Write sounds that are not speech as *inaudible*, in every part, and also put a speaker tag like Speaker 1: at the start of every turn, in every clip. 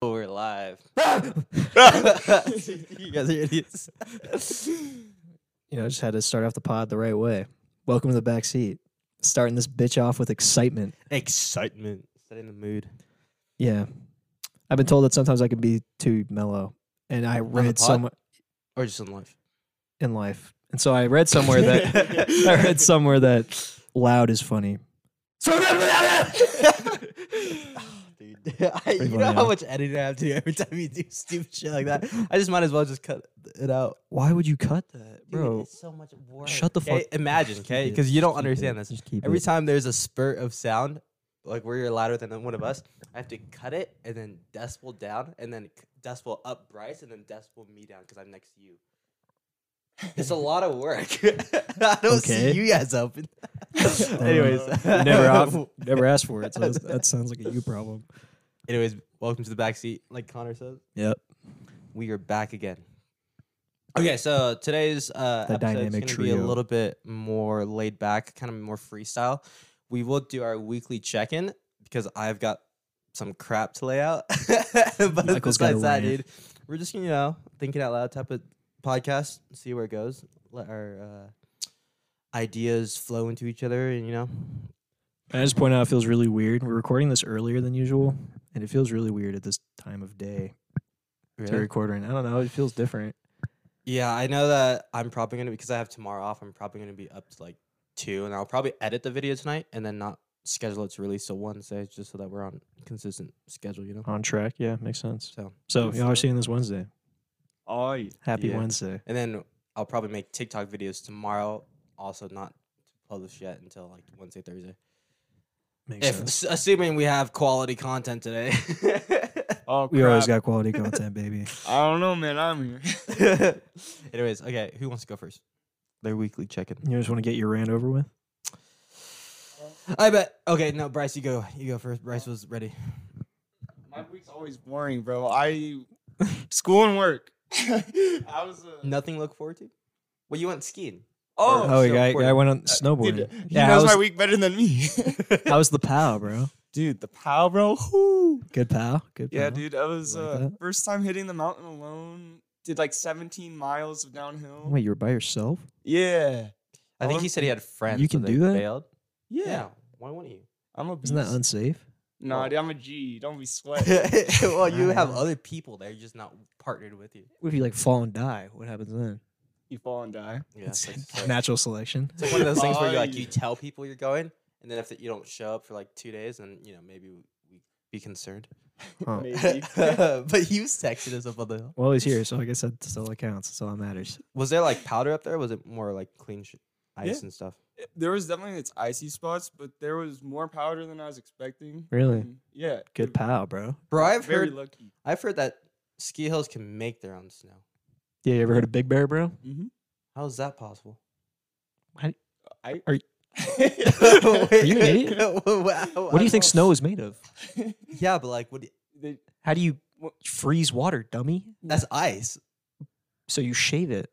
Speaker 1: *laughs* alive.
Speaker 2: you guys are idiots. you know, just had to start off the pod the right way. Welcome to the back seat. Starting this bitch off with excitement.
Speaker 3: *laughs* Excitement. Set in the mood.
Speaker 2: Yeah, I've been told that sometimes I can be too mellow, and I read
Speaker 3: pod?
Speaker 2: somewhere
Speaker 3: Or just
Speaker 1: *laughs*
Speaker 3: in life.
Speaker 2: in life, and so I read somewhere
Speaker 3: *laughs*
Speaker 2: that *laughs* I
Speaker 1: *laughs*
Speaker 2: read somewhere that loud is funny.
Speaker 3: *laughs*
Speaker 1: *laughs* Dude, I, you know
Speaker 2: funny,
Speaker 1: how
Speaker 2: huh?
Speaker 1: much editing I have to do every time you do stupid shit like that. I just might as well just cut it out,
Speaker 2: Why would you cut that,
Speaker 1: Dude,
Speaker 2: bro?
Speaker 1: it's so much work.
Speaker 2: Shut the
Speaker 1: okay?
Speaker 2: fuck-
Speaker 1: Imagine,
Speaker 2: Just keep
Speaker 1: okay,
Speaker 2: it,
Speaker 1: because you don't
Speaker 2: just keep it,
Speaker 1: understand this.
Speaker 2: just keep
Speaker 1: Every
Speaker 2: it.
Speaker 1: time there's a spurt of sound, like where you're louder than one of us, I have to cut it and then decibel down, and then c- decibel up Bryce, and then decibel me down because I'm next to you. It's a lot of work. *laughs* I don't see
Speaker 2: Okay.
Speaker 1: you guys
Speaker 2: *laughs*
Speaker 1: open. Anyways,
Speaker 2: never, op- never asked for it. So *laughs* that's- that sounds like a you problem.
Speaker 1: *laughs* Anyways, welcome to the back seat. Like Connor says,
Speaker 2: Yep.
Speaker 1: we are back again. Okay, so today's uh,
Speaker 2: The
Speaker 1: episode
Speaker 2: dynamic
Speaker 1: is going to be a
Speaker 2: trio.
Speaker 1: little bit more laid back, kind of more freestyle. We will do our weekly check in because I've got some crap to lay out. *laughs* but
Speaker 2: Michael's got a
Speaker 1: besides that,
Speaker 2: rant.
Speaker 1: dude, we're just gonna you know thinking out loud type of podcast, see where it goes, let our uh, ideas flow into each other, and you know,
Speaker 2: I just point out it feels really weird. We're recording this earlier than usual, and it feels really weird at this time of day to record right now. I don't know. It feels different.
Speaker 1: Yeah, I know that I'm probably gonna because I have tomorrow off. I'm probably gonna be up to like two, and I'll probably edit the video tonight and then not schedule it to release till Wednesday, just so that we're on consistent schedule. You know.
Speaker 2: On track. Yeah, makes sense.
Speaker 1: So
Speaker 2: So y'all are seeing this Wednesday.
Speaker 3: I
Speaker 2: Happy
Speaker 1: Yeah.
Speaker 2: Wednesday.
Speaker 1: and then I'll probably make TikTok videos tomorrow. Also, not to publish yet until like Wednesday, Thursday.
Speaker 2: Makes
Speaker 1: If
Speaker 2: sense.
Speaker 1: s- assuming we have quality content today. *laughs*
Speaker 3: Oh, crap.
Speaker 2: We always got quality content, baby.
Speaker 3: I don't know, man. I'm here. *laughs*
Speaker 1: Anyways, okay, who wants to go first? Their weekly check-in.
Speaker 2: You just want to get your rant over with?
Speaker 1: I bet. Okay, no, Bryce, you go. You go first. Bryce was ready.
Speaker 3: My week's always boring, bro. I *laughs* school and *laughs* work. I was a
Speaker 1: Nothing to look forward to? Well, you went skiing.
Speaker 3: oh,
Speaker 2: Oh, yeah, I,
Speaker 1: snowboarding. Uh,
Speaker 2: I went on
Speaker 3: dude,
Speaker 2: snowboarding.
Speaker 3: he
Speaker 2: Yeah, I
Speaker 3: knows
Speaker 2: was,
Speaker 3: my week better
Speaker 2: *laughs*
Speaker 3: than me, *laughs*
Speaker 2: I was the pal, bro.
Speaker 3: dude. The pal, bro. Whoo.
Speaker 2: Good pal. Good pal.
Speaker 3: Yeah, dude. I was
Speaker 2: Uh-huh. like
Speaker 3: uh,
Speaker 2: that?
Speaker 3: first time hitting the mountain alone. Did like 17 miles of downhill.
Speaker 2: Wait, you were by yourself?
Speaker 3: Yeah.
Speaker 1: I think he said he had friends.
Speaker 2: You
Speaker 1: so
Speaker 2: can
Speaker 1: they
Speaker 2: do that?
Speaker 1: Failed.
Speaker 3: Yeah.
Speaker 1: Why wouldn't you?
Speaker 3: I'm a beast.
Speaker 2: Isn't that unsafe?
Speaker 3: nah, dude, I'm a G. Don't be sweat.
Speaker 2: *laughs*
Speaker 1: *laughs* well, you have
Speaker 2: Ah.
Speaker 1: other people there, just not partnered with you.
Speaker 2: What if you like fall and die? What happens then?
Speaker 3: you fall and die.
Speaker 1: Yeah, it's
Speaker 2: *laughs*
Speaker 1: like, it's like-
Speaker 2: Natural selection.
Speaker 1: it's like one of those things where you like
Speaker 3: Bye.
Speaker 1: you tell people you're going, and then if you don't show up for like two days, then you know maybe we be *laughs* concerned.
Speaker 2: Huh. *laughs*
Speaker 3: Maybe.
Speaker 1: *laughs*
Speaker 3: *laughs*
Speaker 1: but you texted us up on the hill.
Speaker 2: Well, he's here, so I guess that's all that counts. That's all that matters.
Speaker 1: Was there like powder up there? or Was it more like clean sh- ice
Speaker 3: Yeah.
Speaker 1: and stuff?
Speaker 3: there was definitely its icy spots, but there was more powder than I was expecting.
Speaker 2: Really?
Speaker 1: Mm-hmm.
Speaker 3: and Yeah.
Speaker 2: Good pal, bro.
Speaker 1: Bro, I've
Speaker 3: Very
Speaker 1: heard
Speaker 3: lucky.
Speaker 1: I've heard that ski hills can make their own snow.
Speaker 2: Yeah, you ever heard of Big Bear, bro?
Speaker 3: Mm-hmm.
Speaker 1: How is that possible?
Speaker 3: I
Speaker 2: Are-
Speaker 1: *laughs*
Speaker 2: *laughs*
Speaker 1: Are
Speaker 2: you an idiot?
Speaker 1: *laughs*
Speaker 2: What do you think snow is made of?
Speaker 1: Yeah, but like, what? do-
Speaker 3: *laughs* They-
Speaker 2: How do you
Speaker 3: What-
Speaker 2: freeze water, dummy?
Speaker 1: That's ice.
Speaker 2: So you shave it.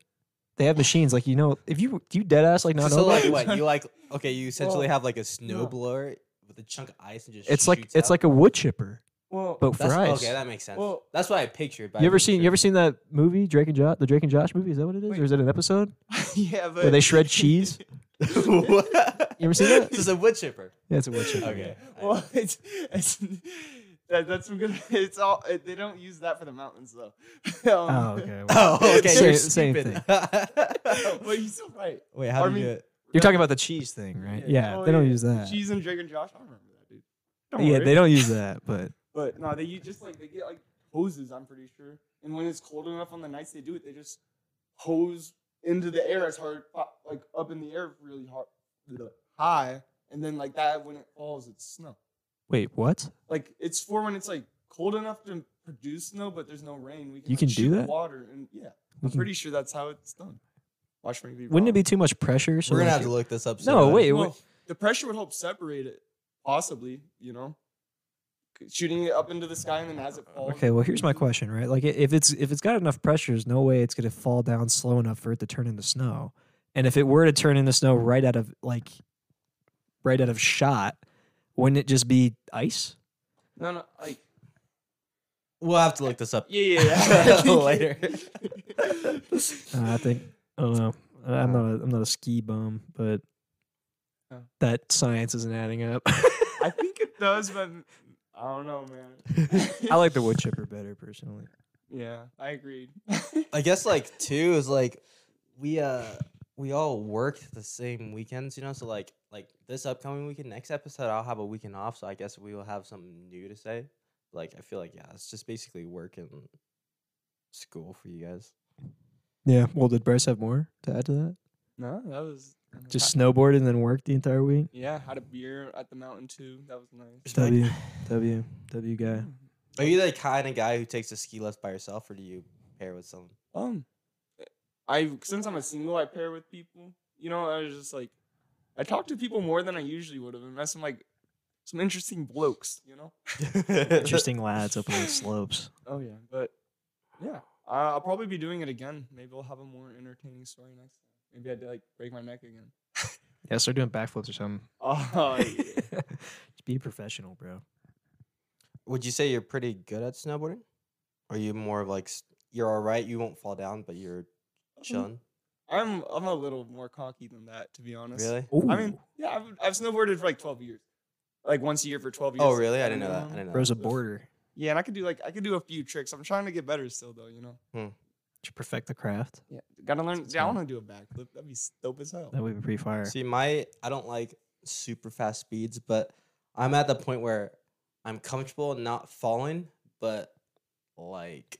Speaker 2: They have machines like you know. If you you dead ass like not
Speaker 1: so
Speaker 2: know,
Speaker 1: like,
Speaker 2: about it?
Speaker 1: what you
Speaker 2: *laughs*
Speaker 1: like? Okay, you essentially
Speaker 3: Well,
Speaker 1: have like a snow
Speaker 3: no.
Speaker 1: blower with a chunk of ice and just.
Speaker 2: it's like
Speaker 1: shoots
Speaker 2: it's
Speaker 1: out.
Speaker 2: like a wood chipper,
Speaker 3: well,
Speaker 2: but for
Speaker 1: That's,
Speaker 2: ice.
Speaker 1: Okay, that makes sense.
Speaker 3: Well-
Speaker 1: that's what I pictured. but I
Speaker 2: you ever
Speaker 1: wasn't
Speaker 2: seen you
Speaker 1: sure.
Speaker 2: ever seen that movie Drake and Josh? The Drake and Josh movie is that what it is,
Speaker 3: Wait.
Speaker 2: or is it an episode
Speaker 3: *laughs* yeah, but
Speaker 2: where they shred
Speaker 3: *laughs*
Speaker 2: cheese?
Speaker 1: *laughs* What?
Speaker 2: You ever seen that?
Speaker 1: This is a wood chipper. *laughs*
Speaker 2: Yeah, it's a wood chipper.
Speaker 1: Okay.
Speaker 3: Well, it's, it's that, that's some good. *laughs* It's all it, they don't use that for the mountains though. *laughs* um,
Speaker 2: Oh, okay. well,
Speaker 1: Oh, okay. you're
Speaker 2: Same- same
Speaker 1: stupid.
Speaker 3: *laughs* But you still right.
Speaker 1: *laughs* Wait, how
Speaker 3: I
Speaker 1: do you
Speaker 3: mean-
Speaker 1: do it?
Speaker 2: You're talking about the cheese thing, right? Yeah,
Speaker 3: Oh,
Speaker 2: they don't
Speaker 3: yeah.
Speaker 2: use that.
Speaker 3: Cheese and Drake and Josh. I remember that, dude. Don't
Speaker 2: yeah,
Speaker 3: worry.
Speaker 2: they don't use that, but
Speaker 3: But no, they you just like they get like hoses. I'm pretty sure. And when it's cold enough on the nights they do it, they just hose into the air as hard, like up in the air really hard, high, and then like that when it falls, it's snow.
Speaker 2: wait, what?
Speaker 3: Like it's for when it's like cold enough to produce snow, but there's no rain. We can,
Speaker 2: You
Speaker 3: like,
Speaker 2: can do
Speaker 3: shoot
Speaker 2: that?
Speaker 3: Water and yeah,
Speaker 2: We
Speaker 3: I'm
Speaker 2: can-
Speaker 3: pretty sure that's how it's done. Watch me be.
Speaker 2: Wouldn't it
Speaker 3: wrong.
Speaker 2: be too much pressure? So
Speaker 1: We're gonna
Speaker 2: like,
Speaker 1: have to look this up.
Speaker 2: No,
Speaker 1: soon.
Speaker 2: wait, it
Speaker 3: Well,
Speaker 2: would-
Speaker 3: the pressure would help separate it, possibly. You know, C- shooting it up into the sky and then as it falls.
Speaker 2: Okay, well, here's my
Speaker 3: freezes.
Speaker 2: question, right? Like, i- if it's if it's got enough pressure, there's no way it's gonna fall down slow enough for it to turn into snow. And if it were to turn into snow right out of like, right out of shot, wouldn't it just be ice?
Speaker 3: No, no, like
Speaker 1: We'll have to look this up.
Speaker 3: Yeah, yeah, *laughs* yeah.
Speaker 1: Later.
Speaker 2: Uh, I think I don't know. I- I'm not. A, I'm not a ski bum, but
Speaker 3: Oh.
Speaker 2: that science isn't adding up. *laughs*
Speaker 3: I think it does, but I don't know, *laughs* man.
Speaker 2: I like the wood chipper better personally.
Speaker 3: Yeah, I agreed.
Speaker 1: I guess like two is like we uh we all worked the same weekends, you know. So like like this upcoming weekend, next episode, I'll have a weekend off. So I guess we will have something new to say. Like I feel like yeah, it's just basically work and school for you guys.
Speaker 2: Yeah. Well, did Bryce have more to add to that?
Speaker 3: no, that was
Speaker 2: Just snowboard and then work the entire week.
Speaker 3: yeah. Had a beer at the mountain too. That was nice.
Speaker 2: W W W guy.
Speaker 1: Are you the kind of guy who takes a ski lift by yourself, or do you pair with *laughs* someone?
Speaker 3: Um, I since I'm a single, I pair with people. You know, I was just like, I talk to people more than I usually would have, and met some like some interesting blokes. You know.
Speaker 2: Interesting lads up on the slopes.
Speaker 3: Oh yeah, but yeah, I- I'll probably be doing it again. Maybe I'll have a more entertaining story next time. Maybe I'd like break my neck again. *laughs*
Speaker 2: Yeah, start doing backflips or something.
Speaker 3: Oh, yeah.
Speaker 2: *laughs* Just be a professional, bro.
Speaker 1: Would you say you're pretty good at snowboarding? Or are you more of like s- you're all right, you won't fall down, but you're chilling?
Speaker 3: I'm I'm a little more cocky than that, to be honest.
Speaker 1: Really?
Speaker 3: I mean, yeah, I've, I've snowboarded for like 12 years, like once a year for 12 years.
Speaker 1: Oh, really? I
Speaker 3: at
Speaker 1: didn't know that. I
Speaker 3: minimum.
Speaker 1: didn't know.
Speaker 2: bro's
Speaker 1: that.
Speaker 2: a border.
Speaker 3: Yeah, and I could do like I could do a few tricks. I'm trying to get better still, though. You know,
Speaker 2: To perfect the craft,
Speaker 3: yeah, gotta learn. Yeah, I
Speaker 2: fun.
Speaker 3: want to do a backflip. That'd be dope as hell.
Speaker 2: that would be pretty fire.
Speaker 1: See, my I don't like super fast speeds, but I'm at the point where I'm comfortable not falling, but like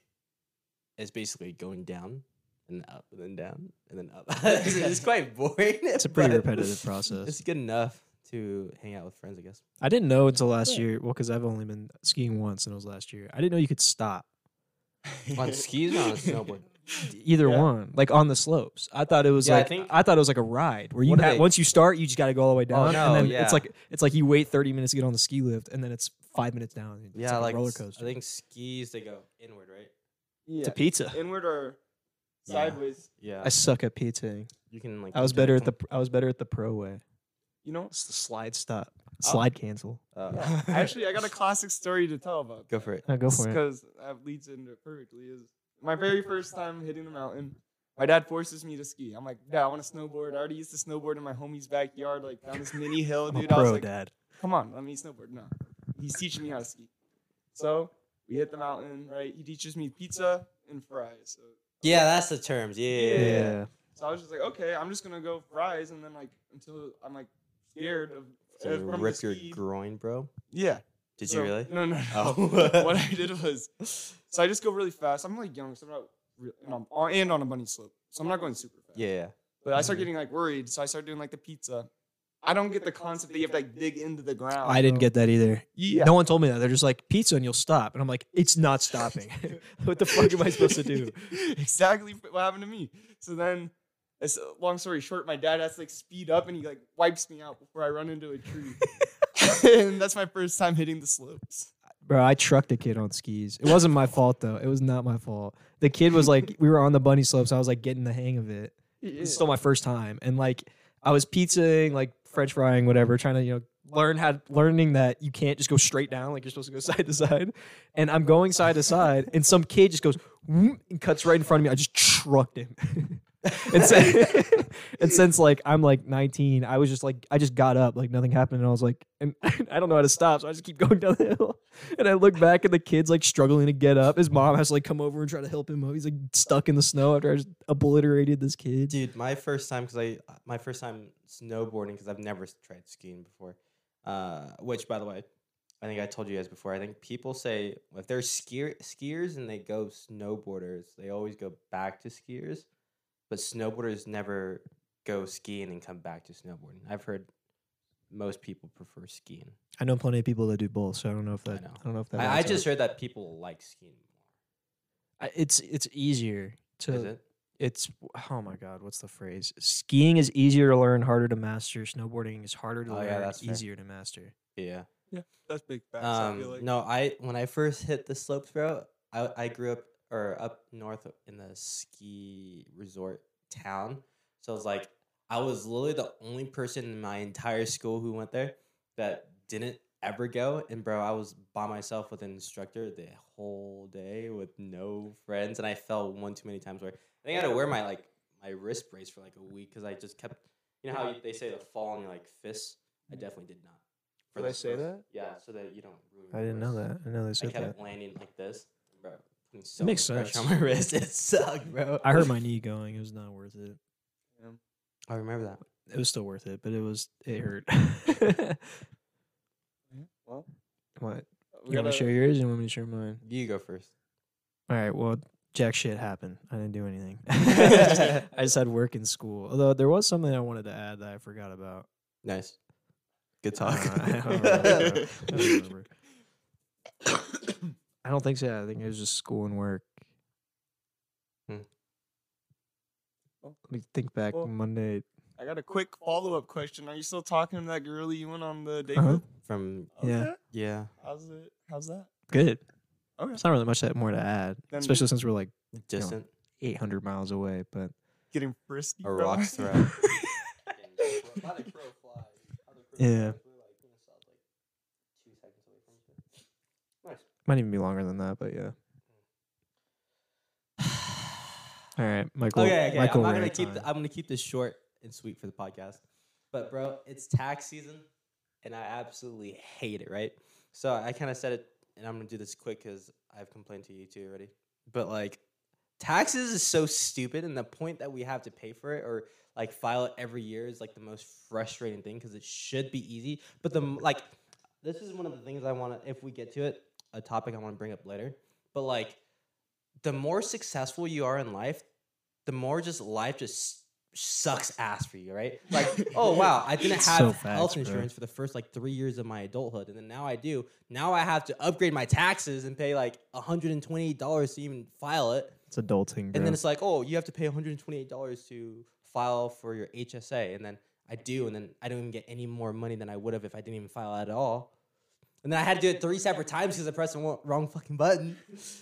Speaker 1: it's basically going down and up and then down and then up. *laughs* it's,
Speaker 2: *laughs*
Speaker 1: it's quite boring. *laughs*
Speaker 2: It's a pretty
Speaker 1: but
Speaker 2: repetitive process.
Speaker 1: It's good enough to hang out with friends, I guess.
Speaker 2: I didn't know until last
Speaker 3: Yeah.
Speaker 2: year. Well, because I've only been skiing once, and it was last year. I didn't know you
Speaker 1: *laughs*
Speaker 2: could stop
Speaker 1: On skis or on a *laughs* snowboard?
Speaker 2: d- either
Speaker 3: Yeah.
Speaker 2: one, like on the slopes. I thought it was
Speaker 1: Yeah, I
Speaker 2: like I,
Speaker 1: think-
Speaker 2: thought it was like a ride where you
Speaker 1: What do
Speaker 2: ha-
Speaker 1: they- Oh,
Speaker 2: once you start, you just got to go all the way down,
Speaker 1: no,
Speaker 2: and then
Speaker 1: yeah.
Speaker 2: it's like it's like you wait thirty minutes to get on the ski lift, and then it's five minutes down. and It's
Speaker 1: Yeah, like,
Speaker 2: a roller
Speaker 1: s-
Speaker 2: coaster.
Speaker 1: I think skis they go inward, right?
Speaker 3: *laughs* Yeah,
Speaker 2: it's a pizza.
Speaker 3: inward or
Speaker 1: Yeah.
Speaker 3: sideways.
Speaker 1: Yeah,
Speaker 2: I suck at pizzaing.
Speaker 1: you can like.
Speaker 2: I was better at the I was better at the pro way.
Speaker 3: You know,
Speaker 2: It's the slide stop,
Speaker 3: Oh.
Speaker 2: slide cancel.
Speaker 1: Uh,
Speaker 2: *laughs*
Speaker 3: Yeah. actually, I got a classic story to tell about.
Speaker 1: go for *laughs* it.
Speaker 2: No, go for it.
Speaker 3: Because that leads into it perfectly. Is my very first time hitting the mountain. My dad forces me to ski. I'm like, Dad, I want to snowboard. I already used to snowboard in my homie's backyard, like down this mini hill,
Speaker 2: I'm a
Speaker 3: dude. I was
Speaker 2: pro,
Speaker 3: like,
Speaker 2: dad.
Speaker 3: Come on, let me snowboard. No, he's teaching me how to ski. So we hit the mountain, right? He teaches me pizza and fries. So,
Speaker 1: Yeah, that's the terms. Yeah, yeah, yeah, yeah.
Speaker 2: Yeah.
Speaker 3: so I was just like, okay, I'm just gonna go fries, and then like until I'm like scared of
Speaker 1: So
Speaker 3: uh,
Speaker 1: you
Speaker 3: from the
Speaker 1: rip your
Speaker 3: ski.
Speaker 1: groin, bro.
Speaker 3: yeah.
Speaker 1: Did
Speaker 3: So-
Speaker 1: you really?
Speaker 3: No, no. no.
Speaker 1: Oh.
Speaker 3: *laughs* what I did was, so I just go really fast. I'm like young, so I'm not, re- and, I'm on, and on a bunny slope, so I'm not going super fast.
Speaker 1: Yeah, Mm-hmm. yeah.
Speaker 3: But I start getting like worried, so I start doing like the pizza. I don't get the concept that you have to like dig into the ground.
Speaker 2: I didn't
Speaker 3: bro.
Speaker 2: get that either. *laughs*
Speaker 3: Yeah.
Speaker 2: No one told me that. They're just like pizza and you'll stop, and I'm like, it's not stopping. *laughs* what the fuck am I supposed to do?
Speaker 3: *laughs* exactly what happened to me. So then, it's long story short, my dad has to like speed up and he like wipes me out before I run into a
Speaker 1: *laughs*
Speaker 3: tree. *laughs* and that's my first time hitting the slopes.
Speaker 2: *laughs* Bro, I trucked a kid on skis. It wasn't my fault though. It was not my fault. The kid was like, we were on the bunny slopes. I was like getting the hang of it. It's still my first time, and like I was pizzaing, like French frying, whatever, trying to you know learn how learning that you can't just go straight down like you're supposed to go *laughs* side to side. And I'm going side to side, and some kid just goes "Whoom," and cuts right in front of me. I just trucked him. *laughs* and, since, *laughs* and since like I'm like 19, I was just like I just got up like nothing happened, and I was like, and *laughs* I don't know how to stop, so I just keep going down the hill. And I look back, and the kid's like struggling to get up. His mom has to like come over and try to help him up. He's like stuck in the snow after I just obliterated this kid.
Speaker 1: Dude, my first time because I my first time snowboarding because I've never s- tried skiing before. Uh, which, by the way, I think I told you guys before. I think people say if they're skier, skiers and they go snowboarders, they always go back to skiers, but snowboarders never go skiing and come back to snowboarding. I've heard most people prefer skiing.
Speaker 2: I know plenty of people that do both, so I don't know if
Speaker 1: I
Speaker 2: that. I,
Speaker 1: know.
Speaker 2: don't know if that.
Speaker 1: I, I
Speaker 2: adds up.
Speaker 1: just heard that people like skiing more.
Speaker 2: I- it's it's easier to.
Speaker 1: Is it?
Speaker 2: It's oh my god, what's the phrase? Skiing is easier to learn, harder to master. Snowboarding is harder to
Speaker 1: Oh,
Speaker 2: learn,
Speaker 1: yeah, that's fair.
Speaker 2: easier to master.
Speaker 1: Yeah.
Speaker 3: That's big facts. I feel
Speaker 1: Um,
Speaker 3: like.
Speaker 1: no, I when I first hit the slopes, bro, I, I grew up or up north in the ski resort town, so I was like, I was literally the only person in my entire school who went there that didn't ever go. And bro, I was by myself with an instructor the whole day with no friends, and I fell one too many times. Where I think I had to wear my like my wrist brace for like a week because I just kept. You know how you- they say to fall on your like fists? I definitely did not. for
Speaker 3: Mm-hmm. Did I
Speaker 1: this
Speaker 3: say
Speaker 1: first-
Speaker 3: that?
Speaker 1: Yeah, so that you don't. Ruin
Speaker 2: I
Speaker 1: your
Speaker 2: didn't know
Speaker 1: wrist.
Speaker 2: that. I know they
Speaker 1: I
Speaker 2: said that.
Speaker 1: kept landing like this, bro. putting So
Speaker 2: Makes
Speaker 1: much pressure
Speaker 2: sense.
Speaker 1: on my *laughs* wrist. It sucked, bro.
Speaker 2: I hurt my knee going. It was not worth it.
Speaker 1: I Oh, remember that.
Speaker 2: It was still worth it, but it was it hurt. *laughs*
Speaker 4: Well,
Speaker 2: what?
Speaker 4: we
Speaker 2: You want me to
Speaker 4: gotta-
Speaker 2: share yours? Or you want me to share mine?
Speaker 1: You go first.
Speaker 2: All right. Well, jack shit happened. I didn't do anything. *laughs* I just had work in school. Although there was something I wanted to add that I forgot about.
Speaker 1: Nice. Good
Speaker 2: Uh,
Speaker 1: talk.
Speaker 2: I,
Speaker 1: *laughs*
Speaker 2: don't remember. I don't remember. *coughs* I don't think so. I think it was just school and work.
Speaker 1: Hmm.
Speaker 4: Well,
Speaker 2: Let me think back.
Speaker 4: well,
Speaker 2: Monday.
Speaker 4: I got a quick follow up question. Are you still talking to that girl you went on the date
Speaker 2: Uh-huh.
Speaker 4: with?
Speaker 1: From
Speaker 2: Yeah.
Speaker 4: Okay.
Speaker 1: yeah,
Speaker 4: How's it? How's that?
Speaker 2: Good.
Speaker 4: Okay.
Speaker 2: It's not really much that more to add,
Speaker 4: Then-
Speaker 2: especially since we're like
Speaker 1: distant
Speaker 2: 800 miles away. But
Speaker 4: Getting frisky.
Speaker 1: a
Speaker 4: bro.
Speaker 3: *laughs*
Speaker 1: rock's throw.
Speaker 2: Yeah.
Speaker 1: *sighs*
Speaker 2: might even be longer than that. But yeah. All right, Michael.
Speaker 1: Okay, okay.
Speaker 2: Michael
Speaker 1: I'm not gonna
Speaker 2: rant
Speaker 1: keep.
Speaker 2: time.
Speaker 1: The, I'm gonna keep this short and sweet for the podcast. But bro, it's tax season, and I absolutely hate it. Right. So I kind of said it, and I'm gonna do this quick because I've complained to you two already. But like, taxes is so stupid, and the point that we have to pay for it or like file it every year is like the most frustrating thing because it should be easy. But the m- like, this is one of the things I want to. If we get to it, a topic I want to bring up later. But like, the more successful you are in life, the more just life just sucks ass for you, right? Like,
Speaker 2: *laughs*
Speaker 1: oh wow, I didn't have
Speaker 2: So facts,
Speaker 1: health
Speaker 2: bro.
Speaker 1: insurance for the first like three years of my adulthood, and then now I do. Now I have to upgrade my taxes and pay like hundred and twenty dollars to even file it.
Speaker 2: It's adulting, bro.
Speaker 1: And then it's like, oh, you have to pay $128 to file for your HSA. And then I do, and then I don't even get any more money than I would have if I didn't even file at all. And then I had to do it three separate times because I pressed the wo- wrong fucking button. *sighs*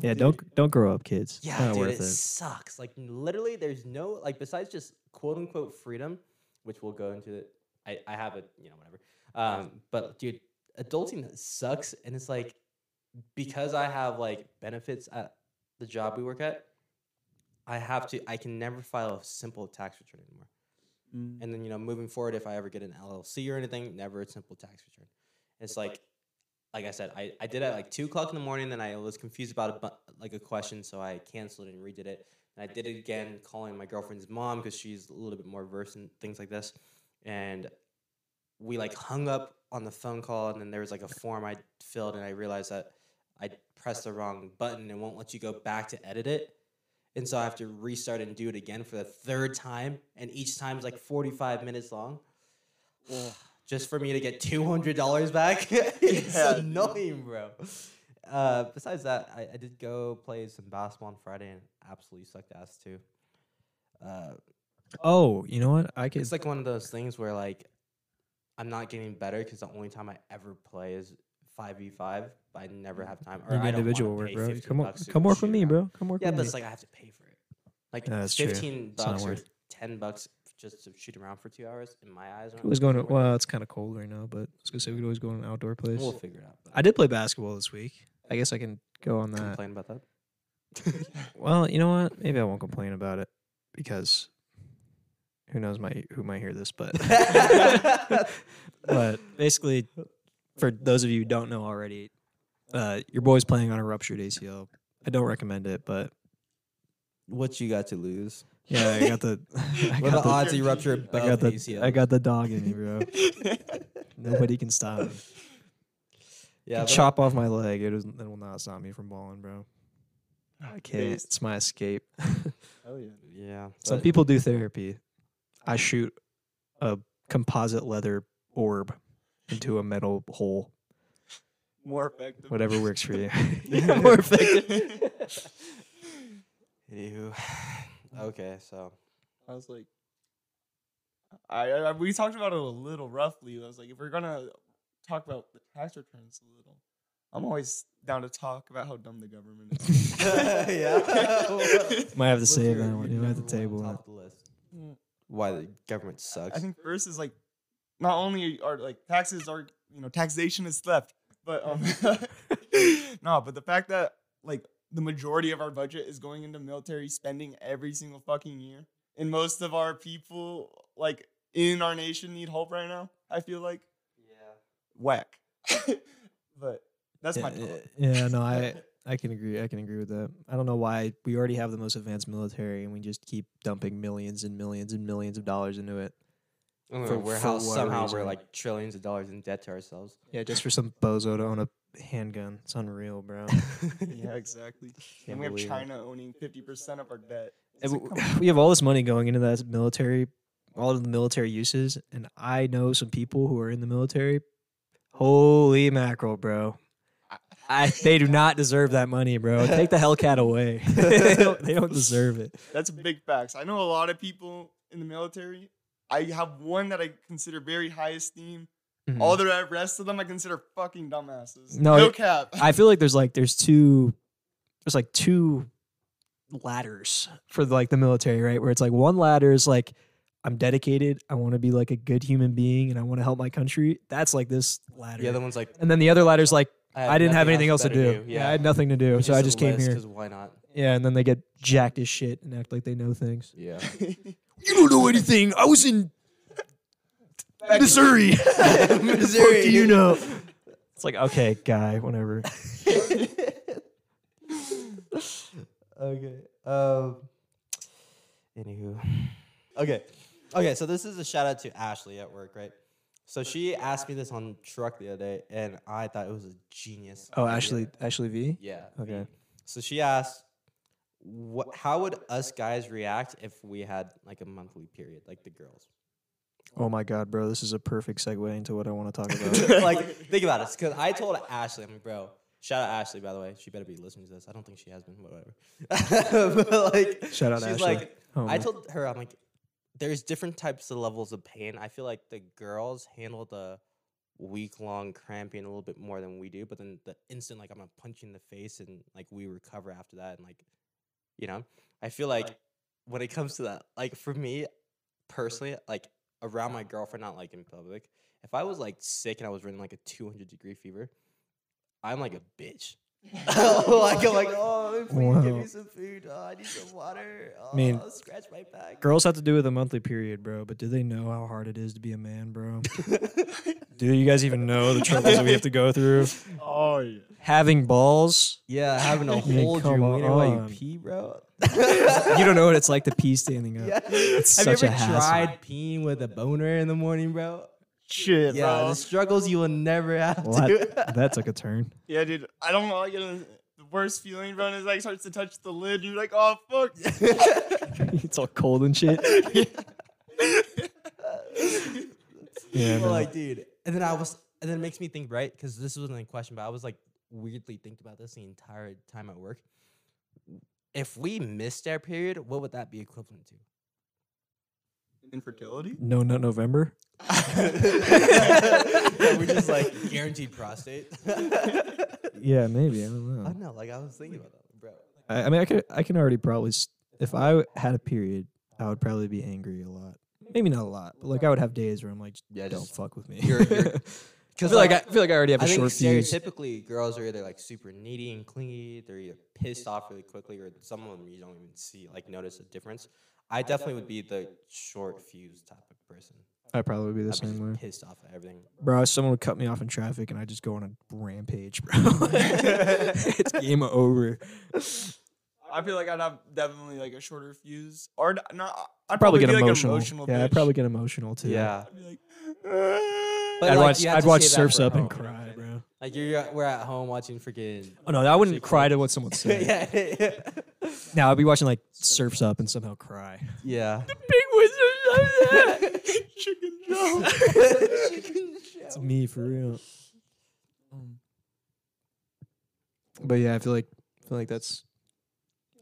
Speaker 2: yeah, don't don't grow up, kids. It's
Speaker 1: Yeah,
Speaker 2: not
Speaker 1: dude,
Speaker 2: worth
Speaker 1: it, sucks. Like literally, there's no like besides just quote unquote freedom, which we'll go into. The, I I have a you know whatever. Um, but dude, adulting sucks, and it's like because I have like benefits at the job we work at, I have to. I can never file a simple tax return anymore.
Speaker 4: *laughs* Mm.
Speaker 1: And then, you know, moving forward, if I ever get an LLC or anything, never a simple tax return. It's like, like I said, I, I did it at like two o'clock in the morning, then I was confused about a, bu- like a question, so I canceled it and redid it. And I did it again, calling my girlfriend's mom because she's a little bit more versed in things like this. And we like hung up on the phone call, and then there was like a form I filled, and I realized that I pressed the wrong button and won't let you go back to edit it. And so I have to restart and do it again for the third time. And each time is like 45 minutes long
Speaker 4: Well,
Speaker 1: *sighs* just for me to get $200 back. *laughs* it's
Speaker 4: Yeah, dude.
Speaker 1: annoying, bro. Uh, besides that, I, I did go play some basketball on Friday and absolutely sucked ass too. Uh,
Speaker 2: it. Oh, you know what? I could.
Speaker 1: it's like one of those things where like I'm not getting better because the only time I ever play is 5v5. But I never have time. Or
Speaker 2: you do
Speaker 1: I don't wanna
Speaker 2: individual work,
Speaker 1: pay
Speaker 2: bro.
Speaker 1: 15
Speaker 2: Come on,
Speaker 1: bucks to
Speaker 2: come
Speaker 1: go
Speaker 2: work with
Speaker 1: shoot
Speaker 2: me,
Speaker 1: around.
Speaker 2: bro. Come work
Speaker 1: Yeah,
Speaker 2: with
Speaker 1: but
Speaker 2: me.
Speaker 1: it's like I have to pay for it. Like
Speaker 2: Yeah, that's true.
Speaker 1: fifteen
Speaker 2: not
Speaker 1: bucks or
Speaker 2: worth
Speaker 1: ten bucks just to shoot around for two hours. In my eyes,
Speaker 2: It was going to, well, it's kind of cold right now, but I was gonna say we could always go to an outdoor place.
Speaker 1: We'll figure it out. but
Speaker 2: I did play basketball this week. I guess I can go on that.
Speaker 1: complain about that.
Speaker 2: Well, you know what? Maybe I won't complain about it because who knows my who might hear
Speaker 1: *laughs*
Speaker 2: this, but *laughs* but basically, for those of you who don't know already, uh, your boy's playing on a ruptured ACL. I don't recommend it, but
Speaker 1: What you got to lose?
Speaker 2: yeah, I got the *laughs* I
Speaker 1: What are the
Speaker 2: got the,
Speaker 1: odds you rupture both
Speaker 2: I got the
Speaker 1: ACLs?
Speaker 2: I got the dog in me,
Speaker 1: *laughs*
Speaker 2: bro. Nobody can stop me.
Speaker 1: yeah,
Speaker 2: Could
Speaker 1: but-
Speaker 2: chop off my leg. It, is, it will not stop me from balling, bro.
Speaker 1: Ah,
Speaker 2: I can't.
Speaker 4: Based.
Speaker 2: It's my escape. *laughs*
Speaker 4: Hell yeah.
Speaker 1: Yeah,
Speaker 2: Some
Speaker 1: but
Speaker 2: people do therapy. I shoot a composite leather orb into a metal hole.
Speaker 4: More effective. *laughs*
Speaker 2: Whatever works
Speaker 1: *laughs*
Speaker 2: for you. *laughs*
Speaker 4: More effective.
Speaker 1: Anywho, *sighs* okay, so
Speaker 4: I was like, I, I we talked about it a little roughly. I was like, if we're gonna talk about the tax returns a little, I'm always down to talk about how dumb the government
Speaker 2: *laughs*
Speaker 4: is.
Speaker 1: Yeah.
Speaker 2: Might have to
Speaker 1: what's
Speaker 2: save
Speaker 1: your-
Speaker 2: that one.
Speaker 1: your
Speaker 2: You at
Speaker 1: number
Speaker 2: the
Speaker 1: on
Speaker 2: table.
Speaker 1: top of the list.
Speaker 2: Hmm.
Speaker 1: Why the government sucks?
Speaker 4: I think first is like, not only are like taxes are
Speaker 3: you know, taxation is theft. But um, *laughs* no, but the fact that like the majority of our budget is going into military spending every single fucking year, and most of our people like in our nation need hope right now. I feel like
Speaker 1: Yeah.
Speaker 3: whack. *laughs* but that's my
Speaker 2: yeah,
Speaker 3: thought.
Speaker 2: yeah, no, I I can agree. I can agree with that. I don't know why we already have the most advanced military and we just keep dumping millions and millions and millions of dollars into it. For-
Speaker 1: For, we're
Speaker 2: for
Speaker 1: how
Speaker 2: what
Speaker 1: somehow we're
Speaker 2: reason?
Speaker 1: like trillions of dollars in debt to *laughs* ourselves.
Speaker 2: Yeah, just for some bozo to own a handgun. It's unreal, bro.
Speaker 3: *laughs* yeah, exactly.
Speaker 1: Can't
Speaker 3: and we have
Speaker 1: believe it.
Speaker 3: China owning fifty percent of our debt.
Speaker 2: And
Speaker 3: It's like,
Speaker 2: w-
Speaker 3: come on.
Speaker 2: we have all this money going into that military, all of the military uses, and I know some people who are in the military. Holy mackerel, bro! I, they do not deserve that money, bro. Take the Hellcat away. *laughs* they, don't, they don't deserve it.
Speaker 3: That's big facts. I know a lot of people in the military. I have one that I consider very high esteem.
Speaker 2: Mhm.
Speaker 3: All the rest of them I consider fucking dumbasses.
Speaker 2: No,
Speaker 3: No,
Speaker 2: it-
Speaker 3: cap.
Speaker 2: *laughs* I feel like there's like there's two there's like two ladders for like the military, right? Where it's like one ladder is like I'm dedicated, I want to be like a good human being and I want to help my country. That's like this
Speaker 1: *laughs*
Speaker 2: ladder.
Speaker 1: The other one's like
Speaker 2: and then the other ladder's like
Speaker 1: had
Speaker 2: I didn't have
Speaker 1: nothing
Speaker 2: anything else to
Speaker 1: better
Speaker 2: do. Yeah. I had nothing to do,
Speaker 1: It's
Speaker 2: so I
Speaker 1: a
Speaker 2: just came
Speaker 1: list,
Speaker 2: here.
Speaker 1: 'cause why not?
Speaker 2: Yeah, and then they get jacked as shit and act like they know things.
Speaker 1: Yeah. *laughs*
Speaker 2: You don't know anything. I was in Missouri.
Speaker 1: *laughs* Missouri.
Speaker 2: you know? It's like okay, guy,
Speaker 1: *laughs*
Speaker 2: whatever.
Speaker 1: okay. Um. Anywho. Okay. Okay. So this is a shout out to Ashley at work, right? So she asked me this on truck the other day, and I thought it was a genius.
Speaker 2: Oh,
Speaker 1: idea.
Speaker 2: Ashley, Ashley V.
Speaker 1: Yeah.
Speaker 2: Okay.
Speaker 1: So she asked, "What? How would us guys react if we had like a monthly period, like the girls?
Speaker 2: Oh my god, bro, this is a perfect segue into what I want to talk *laughs* about.
Speaker 1: like, *laughs* think about this. Because I told Ashley, I'm like, bro." Shout out Ashley, by the way. She better be listening to this. I don't think she has been, but whatever. *laughs* but like,
Speaker 2: Shout out
Speaker 1: she's
Speaker 2: Ashley. Oh,
Speaker 1: like, I
Speaker 2: Homie.
Speaker 1: told her, I'm like, there's different types of levels of pain. I feel like the girls handle the week long cramping a little bit more than we do, but then the instant like I'm gonna punch you in the face and like we recover after that and like you know, I feel like when it comes to that, like for me personally, like around my girlfriend, not like in public, if I was like sick and I was running like a 200 degree fever, I'm like a bitch. *laughs* like I'm like, oh, please give
Speaker 2: Wow.
Speaker 1: me some food. Oh, I need some water. Oh,
Speaker 2: mean,
Speaker 1: scratch my back.
Speaker 2: Girls have to do with a monthly period, bro, but do they know how hard it is to be a man, *laughs* bro? do you guys even know the troubles that we have to go through?
Speaker 3: oh yeah.
Speaker 2: *laughs* Having balls,
Speaker 1: *laughs* Yeah, having
Speaker 2: *laughs*
Speaker 1: to
Speaker 2: I mean,
Speaker 1: hold your
Speaker 2: come
Speaker 1: wiener while
Speaker 2: on.
Speaker 1: you pee, bro. *laughs*
Speaker 2: you don't know what it's like to pee standing up. It's
Speaker 1: Have
Speaker 2: such
Speaker 1: you
Speaker 2: a
Speaker 1: ever
Speaker 2: hassle.
Speaker 1: tried peeing with a boner in the morning, *laughs* bro?
Speaker 3: Shit,
Speaker 1: Yeah,
Speaker 3: bro.
Speaker 1: the struggles you will never
Speaker 2: *laughs*
Speaker 1: have
Speaker 2: Well,
Speaker 1: to.
Speaker 2: that, that took a *laughs* turn.
Speaker 3: Yeah, dude. I don't like it. The worst feeling, bro, is like starts to touch the lid. You're like, oh fuck.
Speaker 2: it's all cold and *laughs* shit. Yeah,
Speaker 1: well,
Speaker 2: no.
Speaker 1: like, dude. And then I was, and then it makes me think, right? Because this wasn't a question, but I was like weirdly thinking about this the entire time at work. If we missed our period, what would that be equivalent to?
Speaker 3: Infertility.
Speaker 2: No, not November.
Speaker 1: yeah, we're just like guaranteed prostate. I
Speaker 2: Yeah, maybe. I don't know.
Speaker 1: don't know. Like I was thinking about that, bro.
Speaker 2: I, I mean, I could, I can already probably, s- if I w- had a period, I would probably be angry a lot. Maybe not a lot, but like I would have days where I'm like,
Speaker 1: Yeah,
Speaker 2: don't
Speaker 1: just-
Speaker 2: fuck with me.
Speaker 1: you're-
Speaker 2: *laughs*
Speaker 1: you're-
Speaker 2: I feel like, I feel like I already have a
Speaker 1: I think
Speaker 2: short fuse.
Speaker 1: stereotypically, girls are either like super needy and clingy. They're either pissed off really quickly, or some of them you don't even see, like notice a difference. I definitely would be the short fuse type of person.
Speaker 2: I probably would be the
Speaker 1: I'd be
Speaker 2: same way,
Speaker 1: just pissed off at everything.
Speaker 2: bro. if Someone would cut me off in traffic, and I just go on a rampage, *laughs* bro. it's game over.
Speaker 3: I feel like I'd have definitely like a shorter fuse, or d- not. I'd
Speaker 2: Probably, get
Speaker 3: be, like, an
Speaker 2: emotional.
Speaker 3: emotional
Speaker 2: yeah, I
Speaker 3: bitch.
Speaker 2: probably get emotional too.
Speaker 3: I'd be like,
Speaker 1: But-
Speaker 2: I'd
Speaker 1: like,
Speaker 2: watch,
Speaker 1: you have
Speaker 2: I'd
Speaker 1: to
Speaker 2: watch
Speaker 1: save that
Speaker 2: Surfs
Speaker 1: for
Speaker 2: Up and
Speaker 1: home.
Speaker 2: cry, bro.
Speaker 1: like you're at- we're at home watching freaking.
Speaker 2: Oh no, I wouldn't cry to what *laughs* someone said.
Speaker 1: yeah, yeah,
Speaker 2: Now I'd be watching like Surfs Up and somehow cry.
Speaker 1: yeah.
Speaker 3: *laughs* chicken joe.
Speaker 2: *laughs* It's me for real. But yeah, I feel like I feel like that's.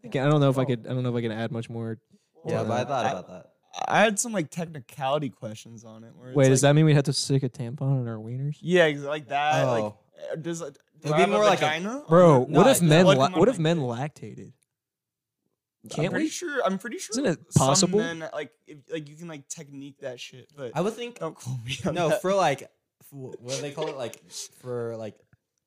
Speaker 2: Again, I don't know if I could. I don't know if I can add much more.
Speaker 1: Yeah, but I thought
Speaker 3: I-
Speaker 1: about that.
Speaker 3: I had some like technicality questions on it. Where it's
Speaker 2: Wait,
Speaker 3: like,
Speaker 2: does that mean we'd have to stick a tampon in our wieners?
Speaker 3: Yeah, ex- like that. Like,
Speaker 1: Oh.
Speaker 3: uh, does it
Speaker 1: It'd be more like a-
Speaker 3: vagina?
Speaker 2: Bro,
Speaker 1: No,
Speaker 2: what if
Speaker 1: I-
Speaker 2: men?
Speaker 3: What
Speaker 2: La-
Speaker 3: am I
Speaker 2: what if
Speaker 3: gonna
Speaker 2: men
Speaker 3: do?
Speaker 2: lactated?
Speaker 3: I'm
Speaker 2: Can't
Speaker 3: pretty
Speaker 2: we?
Speaker 3: sure. I'm pretty sure.
Speaker 2: Isn't it
Speaker 3: some
Speaker 2: possible?
Speaker 3: men, like, if, like you can like technique that shit, but
Speaker 1: I would think
Speaker 3: *laughs* don't quote me. On
Speaker 1: no
Speaker 3: that.
Speaker 1: for like f- wh- what do they call it? Like for like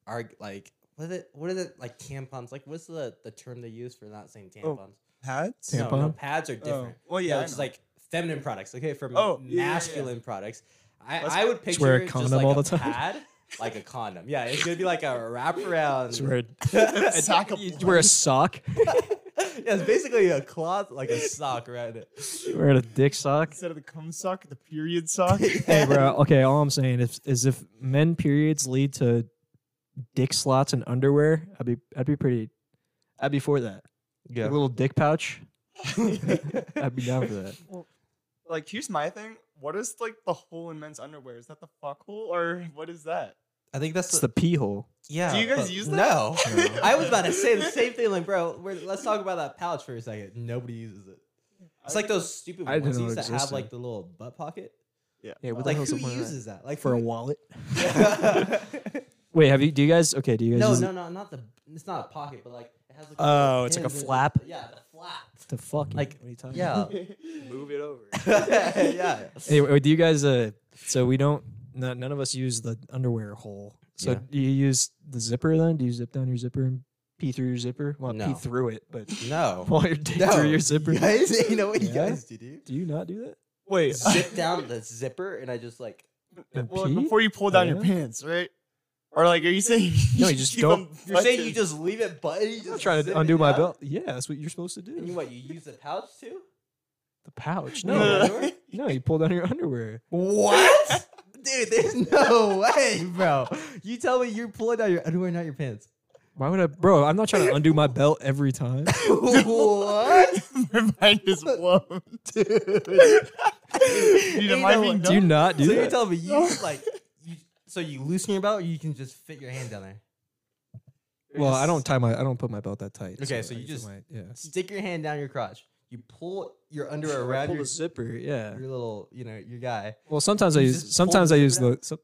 Speaker 1: our like what is it? What is it like tampons? Like what's the the term they use for not saying
Speaker 3: Oh,
Speaker 1: tampons?
Speaker 3: Hats?
Speaker 1: No, no,
Speaker 2: Tampon?
Speaker 1: pads are
Speaker 3: Oh,
Speaker 1: different.
Speaker 3: well,
Speaker 1: yeah,
Speaker 3: yeah. I
Speaker 1: it's
Speaker 3: know.
Speaker 1: like feminine products. Okay, for
Speaker 3: Oh,
Speaker 1: m-
Speaker 4: yeah, yeah, yeah.
Speaker 1: masculine products, I,
Speaker 3: Let's-
Speaker 1: I would
Speaker 2: Just
Speaker 1: picture
Speaker 2: wear a
Speaker 1: it just
Speaker 2: condom
Speaker 1: like
Speaker 2: all
Speaker 1: a
Speaker 2: the time.
Speaker 1: pad, like a condom. Yeah, it's gonna be like a wraparound. *laughs*
Speaker 2: *laughs* Just wear a-
Speaker 1: yeah,
Speaker 3: a *laughs* sack of
Speaker 2: you wear a *laughs* sock.
Speaker 1: *laughs* it's basically a cloth, like a sock around *laughs*
Speaker 2: *laughs*
Speaker 1: it.
Speaker 2: You wear a dick sock.
Speaker 3: *laughs* instead of the cum sock, the period sock.
Speaker 2: Hey, bro. Okay, all I'm saying is, is if men periods lead to dick slots and underwear, I'd be I'd be pretty. I'd be for that.
Speaker 1: Yeah.
Speaker 2: A little dick pouch. I'd be down for that.
Speaker 3: *laughs* like, here's my thing. What is like the hole in men's underwear? Is that the fuck hole or what is that?
Speaker 1: I think that's
Speaker 2: It's
Speaker 1: the,
Speaker 2: the pee hole.
Speaker 1: yeah.
Speaker 3: Do you guys
Speaker 1: but
Speaker 3: use that?
Speaker 1: No. I was about to say the same thing, like, bro. We're, let's talk about that pouch for a second. Nobody uses it. It's *laughs*
Speaker 3: *laughs*
Speaker 1: like those stupid
Speaker 2: I didn't know
Speaker 1: onesies
Speaker 2: it
Speaker 1: that have
Speaker 2: existed.
Speaker 1: like the little butt pocket.
Speaker 3: Yeah.
Speaker 2: Yeah, what the
Speaker 1: Like,
Speaker 2: hell's the
Speaker 1: who
Speaker 2: point of that?
Speaker 1: uses that? Like
Speaker 2: for a
Speaker 1: *laughs* who-
Speaker 2: wallet.
Speaker 1: no,
Speaker 2: Wait, have you? Do you guys? Okay, do you guys? use
Speaker 1: no,
Speaker 2: it
Speaker 1: no, not the. It's not a pocket, but like it has. Like
Speaker 2: Oh, it's like a flap?
Speaker 1: Yeah, the flap.
Speaker 2: to fucking
Speaker 1: Like,
Speaker 2: what are you talking
Speaker 1: Yeah, *laughs*
Speaker 2: *laughs* about?
Speaker 1: move it over.
Speaker 3: *laughs*
Speaker 1: yeah.
Speaker 2: Anyway, do you guys? Uh, so we don't. No, none of us use the underwear hole. So
Speaker 1: Yeah.
Speaker 2: do you use the zipper then? Do you zip down your zipper and pee through your zipper? Well,
Speaker 1: No.
Speaker 2: pee through it, but *laughs*
Speaker 1: No.
Speaker 2: while you're dick
Speaker 1: No.
Speaker 2: through your zipper.
Speaker 1: You guys, you know what you
Speaker 2: Yeah?
Speaker 1: guys do? Dude?
Speaker 2: Do you not do that?
Speaker 3: Wait.
Speaker 1: Zip down the zipper, and I just like.
Speaker 2: And
Speaker 3: *laughs* well,
Speaker 2: pee?
Speaker 3: before you pull down your
Speaker 2: Yeah.
Speaker 3: pants, right? Or like, are you saying?
Speaker 2: No,
Speaker 3: *laughs*
Speaker 2: you just
Speaker 3: keep
Speaker 2: don't-
Speaker 3: them
Speaker 1: You're saying you
Speaker 3: buttoned?
Speaker 1: just leave it, but you
Speaker 2: I'm
Speaker 1: just
Speaker 2: trying
Speaker 1: zip
Speaker 2: to
Speaker 1: it
Speaker 2: undo my
Speaker 1: down?
Speaker 2: belt. Yeah, that's what you're supposed to do.
Speaker 1: And you what? You use the pouch too?
Speaker 2: the pouch.
Speaker 1: No. *laughs*
Speaker 2: No, *laughs*
Speaker 1: No.
Speaker 2: no, you pull down your underwear.
Speaker 1: What? *laughs* Dude, there's no way, bro. You tell me you're pulling out your underwear, not your
Speaker 2: *laughs*
Speaker 1: pants.
Speaker 2: Why would I, bro? I'm not trying to undo my belt
Speaker 1: *laughs*
Speaker 2: every time.
Speaker 1: what?
Speaker 3: *laughs* My mind
Speaker 2: *laughs*
Speaker 3: is blown. Dude,
Speaker 1: *laughs*
Speaker 3: am I
Speaker 1: Ain't no
Speaker 3: being
Speaker 1: one-
Speaker 2: Do you
Speaker 3: dumb?
Speaker 2: not do
Speaker 1: so
Speaker 2: that?
Speaker 1: you're telling me you
Speaker 2: *laughs*
Speaker 3: No.
Speaker 1: like you so you loosen your belt or you can just fit your hand down there.
Speaker 2: well, I don't tie my. I don't put my belt that tight.
Speaker 1: Okay, so
Speaker 2: I
Speaker 1: you
Speaker 2: put
Speaker 1: just-
Speaker 2: my, yeah.
Speaker 1: Stick your hand down your crotch. You pull your underwear
Speaker 2: I
Speaker 1: around
Speaker 2: pull
Speaker 1: your,
Speaker 2: the zipper. Yeah.
Speaker 1: your little, you know, your
Speaker 2: *laughs*
Speaker 1: guy. *laughs*
Speaker 2: Well, sometimes I
Speaker 1: You
Speaker 2: use.
Speaker 1: just
Speaker 2: Sometimes I
Speaker 1: fold the
Speaker 2: use
Speaker 1: zipper
Speaker 2: the. Some,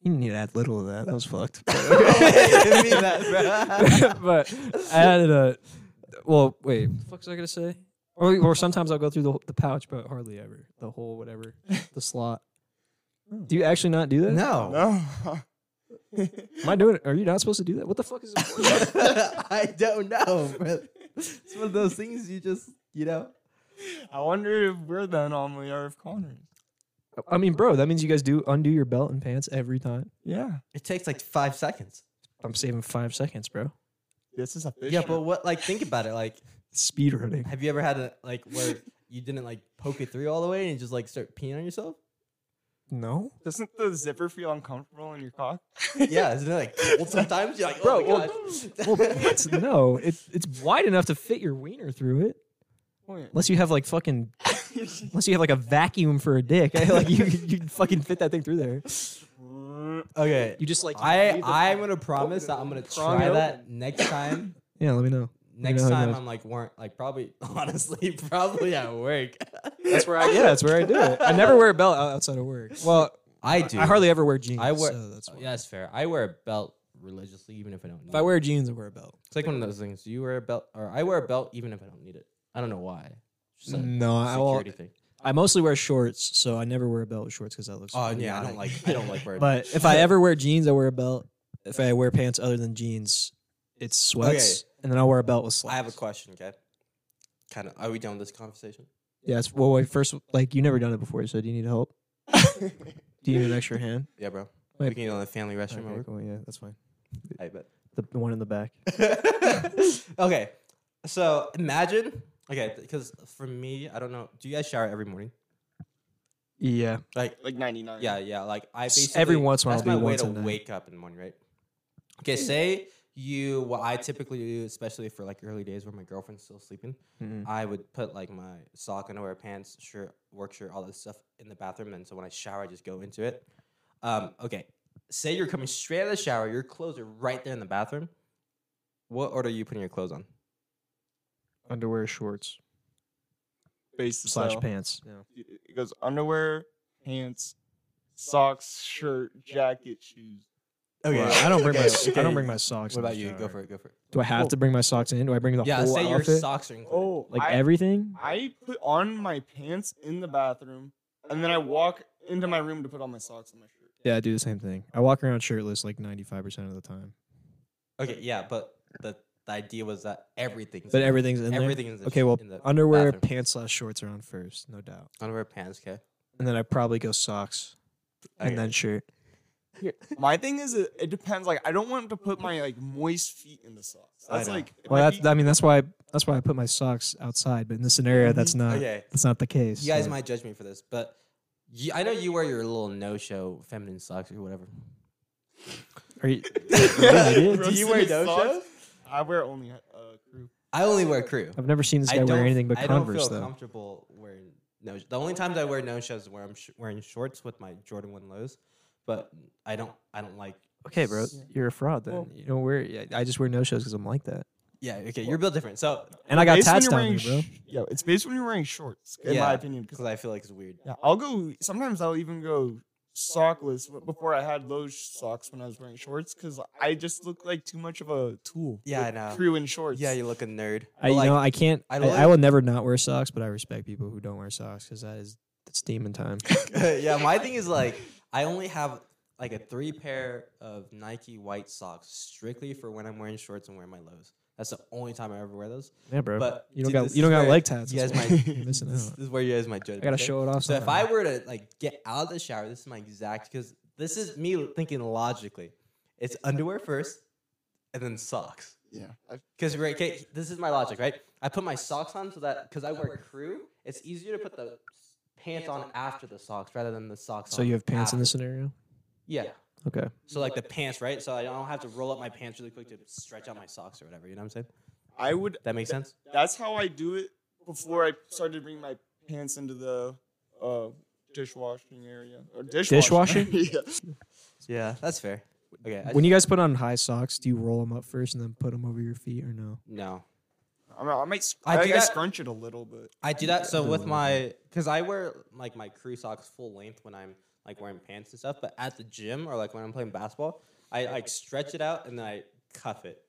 Speaker 2: you didn't need that little of that. That was fucked.
Speaker 1: I mean
Speaker 2: *laughs*
Speaker 1: that, bro.
Speaker 2: but I added a. Well, wait. What the fuck was I gonna say? Or, or sometimes I'll go through the, the pouch, but hardly ever the whole *laughs* whatever the slot. Do you actually not do that?
Speaker 1: No.
Speaker 3: No.
Speaker 2: Am I doing it? Are you not supposed to do that? What the fuck is? *laughs* it?
Speaker 1: *laughs* I don't know, bro. It's one of those things you just, you know.
Speaker 3: I wonder if we're the anomaly or if Connor's.
Speaker 2: I mean, bro, that means you guys do undo your belt and pants every time.
Speaker 3: Yeah.
Speaker 1: It takes like five seconds.
Speaker 2: I'm saving five seconds, bro.
Speaker 3: This is a fish.
Speaker 1: Yeah, but what? Like, think about it. Like,
Speaker 2: Speed running.
Speaker 1: have you ever had a like where you didn't like poke it through all the way and just like start peeing on yourself?
Speaker 2: No,
Speaker 3: doesn't the zipper feel uncomfortable in your cock?
Speaker 2: *laughs*
Speaker 1: Yeah, isn't it like cold sometimes? You're like,
Speaker 2: Bro,
Speaker 1: oh my
Speaker 2: well-
Speaker 1: gosh.
Speaker 2: well, it's, no. It, it's wide enough to fit your wiener through it.
Speaker 3: Wait.
Speaker 2: Unless you have like fucking, unless you have like a vacuum for a dick, *laughs* like you you can fucking fit that thing through there.
Speaker 1: okay,
Speaker 2: You just like
Speaker 1: I I'm gonna promise that I'm gonna
Speaker 2: Prong
Speaker 1: try
Speaker 2: it
Speaker 1: that next time.
Speaker 2: yeah. Let me know.
Speaker 1: Next
Speaker 2: how it
Speaker 1: time
Speaker 2: goes.
Speaker 1: I'm like weren't like probably *laughs* honestly probably at work.
Speaker 2: That's where I yeah. That's where I do it. I never wear a belt out- outside of *laughs* work. Well,
Speaker 1: *laughs* I do.
Speaker 2: I hardly ever wear jeans.
Speaker 1: I wear.
Speaker 2: So that's why.
Speaker 1: yeah, that's fair. I wear a belt religiously, even if I don't. Need
Speaker 2: If I
Speaker 1: it.
Speaker 2: wear jeans, I wear a belt.
Speaker 1: It's like one of those things. Do you wear a belt, or I wear a belt even if I don't need it? I don't know why. Just a
Speaker 2: No, Mm, I will,
Speaker 1: security thing.
Speaker 2: I mostly wear shorts, so I never wear a belt with shorts because that looks.
Speaker 1: Oh yeah, I don't
Speaker 2: idiotic.
Speaker 1: like. I don't like wearing.
Speaker 2: But if I ever wear jeans, I wear a belt. If I wear pants other than jeans, it's sweats, and then I'll wear a belt with slacks.
Speaker 1: I have a question, okay? Kind of. Are we done with this conversation?
Speaker 2: Yeah, it's well. Wait, first, like you never done it before, so do you need help?
Speaker 1: *laughs*
Speaker 2: Do you need an extra hand?
Speaker 1: Yeah, bro.
Speaker 2: Wait.
Speaker 1: We can get on the family restroom.
Speaker 2: Okay,
Speaker 1: over.
Speaker 2: cool, yeah, that's fine.
Speaker 1: *laughs* I bet.
Speaker 2: The, the one in
Speaker 1: *laughs*
Speaker 2: the back.
Speaker 1: okay, so imagine. Okay, because for me, I don't know. Do you guys shower every morning?
Speaker 2: Yeah,
Speaker 1: Like,
Speaker 3: Like 99.
Speaker 1: yeah, yeah. Like I
Speaker 2: S-
Speaker 1: basically
Speaker 2: every once in a while
Speaker 1: That's
Speaker 2: I'll
Speaker 1: my
Speaker 2: do
Speaker 1: way
Speaker 2: once
Speaker 1: to
Speaker 2: a night.
Speaker 1: wake up in the morning, right? Okay, say you. What I typically do, especially for like early days where my girlfriend's still sleeping, I would put like my sock, underwear, pants, shirt, work shirt, all this stuff in the bathroom. And so when I shower, I just go into it. Um, okay. Say you're coming straight out of the shower, your clothes are right there in the bathroom. What order are you putting your clothes on?
Speaker 2: underwear, shorts
Speaker 3: Base
Speaker 2: slash
Speaker 3: style.
Speaker 2: pants.
Speaker 3: It goes underwear, pants, socks, shirt, jacket, shoes.
Speaker 1: Okay.
Speaker 2: Well, Oh, I don't bring my
Speaker 1: Okay,
Speaker 2: I
Speaker 3: *laughs*
Speaker 2: don't bring
Speaker 1: okay.
Speaker 2: my socks.
Speaker 1: What
Speaker 2: in the
Speaker 1: about you? Go
Speaker 2: shower.
Speaker 1: for it. Go for it.
Speaker 2: Do I have to bring my socks in? Do I bring the
Speaker 1: Yeah,
Speaker 2: whole
Speaker 1: say your
Speaker 2: outfit?
Speaker 1: socks are included.
Speaker 2: like
Speaker 3: Oh, I,
Speaker 2: everything?
Speaker 3: I put on my pants in the bathroom, and then I walk into my room to put on my socks and my shirt.
Speaker 2: Yeah, I do the same thing. I walk around shirtless like 95% of the time.
Speaker 1: Okay, yeah, but the, the idea was that everything's
Speaker 2: But everything's in there.
Speaker 1: everything's in
Speaker 2: Okay,
Speaker 1: the,
Speaker 2: well,
Speaker 1: in the
Speaker 2: underwear,
Speaker 1: bathroom.
Speaker 2: pants slash shorts are on first, no doubt.
Speaker 1: underwear, pants. Okay,
Speaker 2: And then I probably go socks
Speaker 1: Okay.
Speaker 2: and then shirt.
Speaker 3: My thing is, it, it depends. Like, I don't want to put my like moist feet in the socks.
Speaker 1: I
Speaker 3: That's
Speaker 1: know.
Speaker 3: like, if
Speaker 2: Well,
Speaker 3: my
Speaker 2: that's
Speaker 3: feet-
Speaker 2: I mean that's why that's why I put my socks outside. But in this scenario, that's not
Speaker 1: Mm-hmm. okay.
Speaker 2: that's not the case.
Speaker 1: You guys
Speaker 2: uh, so-
Speaker 1: might judge me for this, but you, I know you wear your little no-show feminine socks or whatever.
Speaker 2: Are you, *laughs*
Speaker 3: *laughs*
Speaker 1: did. *laughs* Do
Speaker 3: Roasted
Speaker 1: you wear
Speaker 3: in
Speaker 1: no
Speaker 3: socks?
Speaker 1: shows?
Speaker 3: I wear only uh, crew.
Speaker 1: I only wear crew.
Speaker 2: I've never seen this
Speaker 1: I
Speaker 2: guy wear
Speaker 1: don't-
Speaker 2: anything but
Speaker 1: I don't
Speaker 2: Converse
Speaker 1: feel
Speaker 2: though.
Speaker 1: comfortable wearing no. The only times I wear no shows is where I'm sh- wearing shorts with my Jordan One lows, but I don't. I don't like.
Speaker 2: Okay, bro, you're a fraud then.
Speaker 3: Well-
Speaker 2: you don't wear. yeah, I just wear no shows because I'm like that.
Speaker 1: Yeah. Okay. You're built different. So
Speaker 2: And I got
Speaker 3: Based when
Speaker 2: tats
Speaker 3: you're
Speaker 2: down
Speaker 3: wearing
Speaker 2: here, bro.
Speaker 3: sh- yeah, it's based when you're wearing shorts, in
Speaker 1: Yeah.
Speaker 3: my opinion.
Speaker 1: because
Speaker 3: 'cause-
Speaker 1: I feel like it's weird.
Speaker 3: yeah, I'll go. Sometimes I'll even go sockless. But before I had low sh- socks when I was wearing shorts, because I just look like too much of a tool.
Speaker 1: Yeah, I
Speaker 3: with
Speaker 1: know.
Speaker 3: Crew in shorts.
Speaker 1: Yeah, you look a nerd.
Speaker 2: I
Speaker 1: But,
Speaker 2: you
Speaker 1: like,
Speaker 2: know I can't.
Speaker 1: I
Speaker 2: I, I,
Speaker 1: like-
Speaker 2: will never not wear socks, but I respect people who don't wear socks because that is that's demon time.
Speaker 1: *laughs* yeah, my thing is like I only have like a three pair of Nike white socks strictly for when I'm wearing shorts and wearing my lows. That's the only time I ever wear those.
Speaker 2: yeah, bro.
Speaker 1: But
Speaker 2: you don't
Speaker 1: dude,
Speaker 2: got
Speaker 1: this is
Speaker 2: you don't got
Speaker 1: where
Speaker 2: leg tats.
Speaker 1: You
Speaker 2: that's
Speaker 1: guys
Speaker 2: why
Speaker 1: might
Speaker 2: *laughs* You're missing
Speaker 1: *laughs* this,
Speaker 2: out.
Speaker 1: is where you guys might judge.
Speaker 2: I gotta show it off.
Speaker 1: So if I
Speaker 2: *laughs* somehow.
Speaker 1: were to like get out of the shower, this is my exact because this is me thinking logically. It's underwear first, and then socks.
Speaker 4: Yeah.
Speaker 1: Because we're okay, this is my logic, right? I put my socks on so that because I wear crew, it's easier to put the pants on after the socks rather than the socks.
Speaker 2: so
Speaker 1: on
Speaker 2: you have pants in
Speaker 1: after.
Speaker 2: this scenario.
Speaker 1: Yeah.
Speaker 2: Okay.
Speaker 1: So like the pants, right? So I don't have to roll up my pants really quick to stretch out my socks or whatever. You know what I'm saying?
Speaker 3: I would.
Speaker 1: That makes sense.
Speaker 3: That's how I do it. Before I started bringing my pants into the uh, dishwashing area or dishwashing.
Speaker 2: Dishwasher?
Speaker 3: *laughs* yeah.
Speaker 1: Yeah, that's fair. Okay. I
Speaker 2: When you guys put on high socks, do you roll them up first and then put them over your feet, or no?
Speaker 1: no,
Speaker 3: I, mean, I might. s-
Speaker 1: I
Speaker 3: I,
Speaker 1: do
Speaker 3: think I
Speaker 1: that-
Speaker 3: scrunch it a little bit.
Speaker 1: I do that. So
Speaker 2: Yeah.
Speaker 1: with my, because I wear like my crew socks full length when I'm like wearing pants and stuff. But at the gym or like when I'm playing basketball, I like stretch it out and then I cuff it.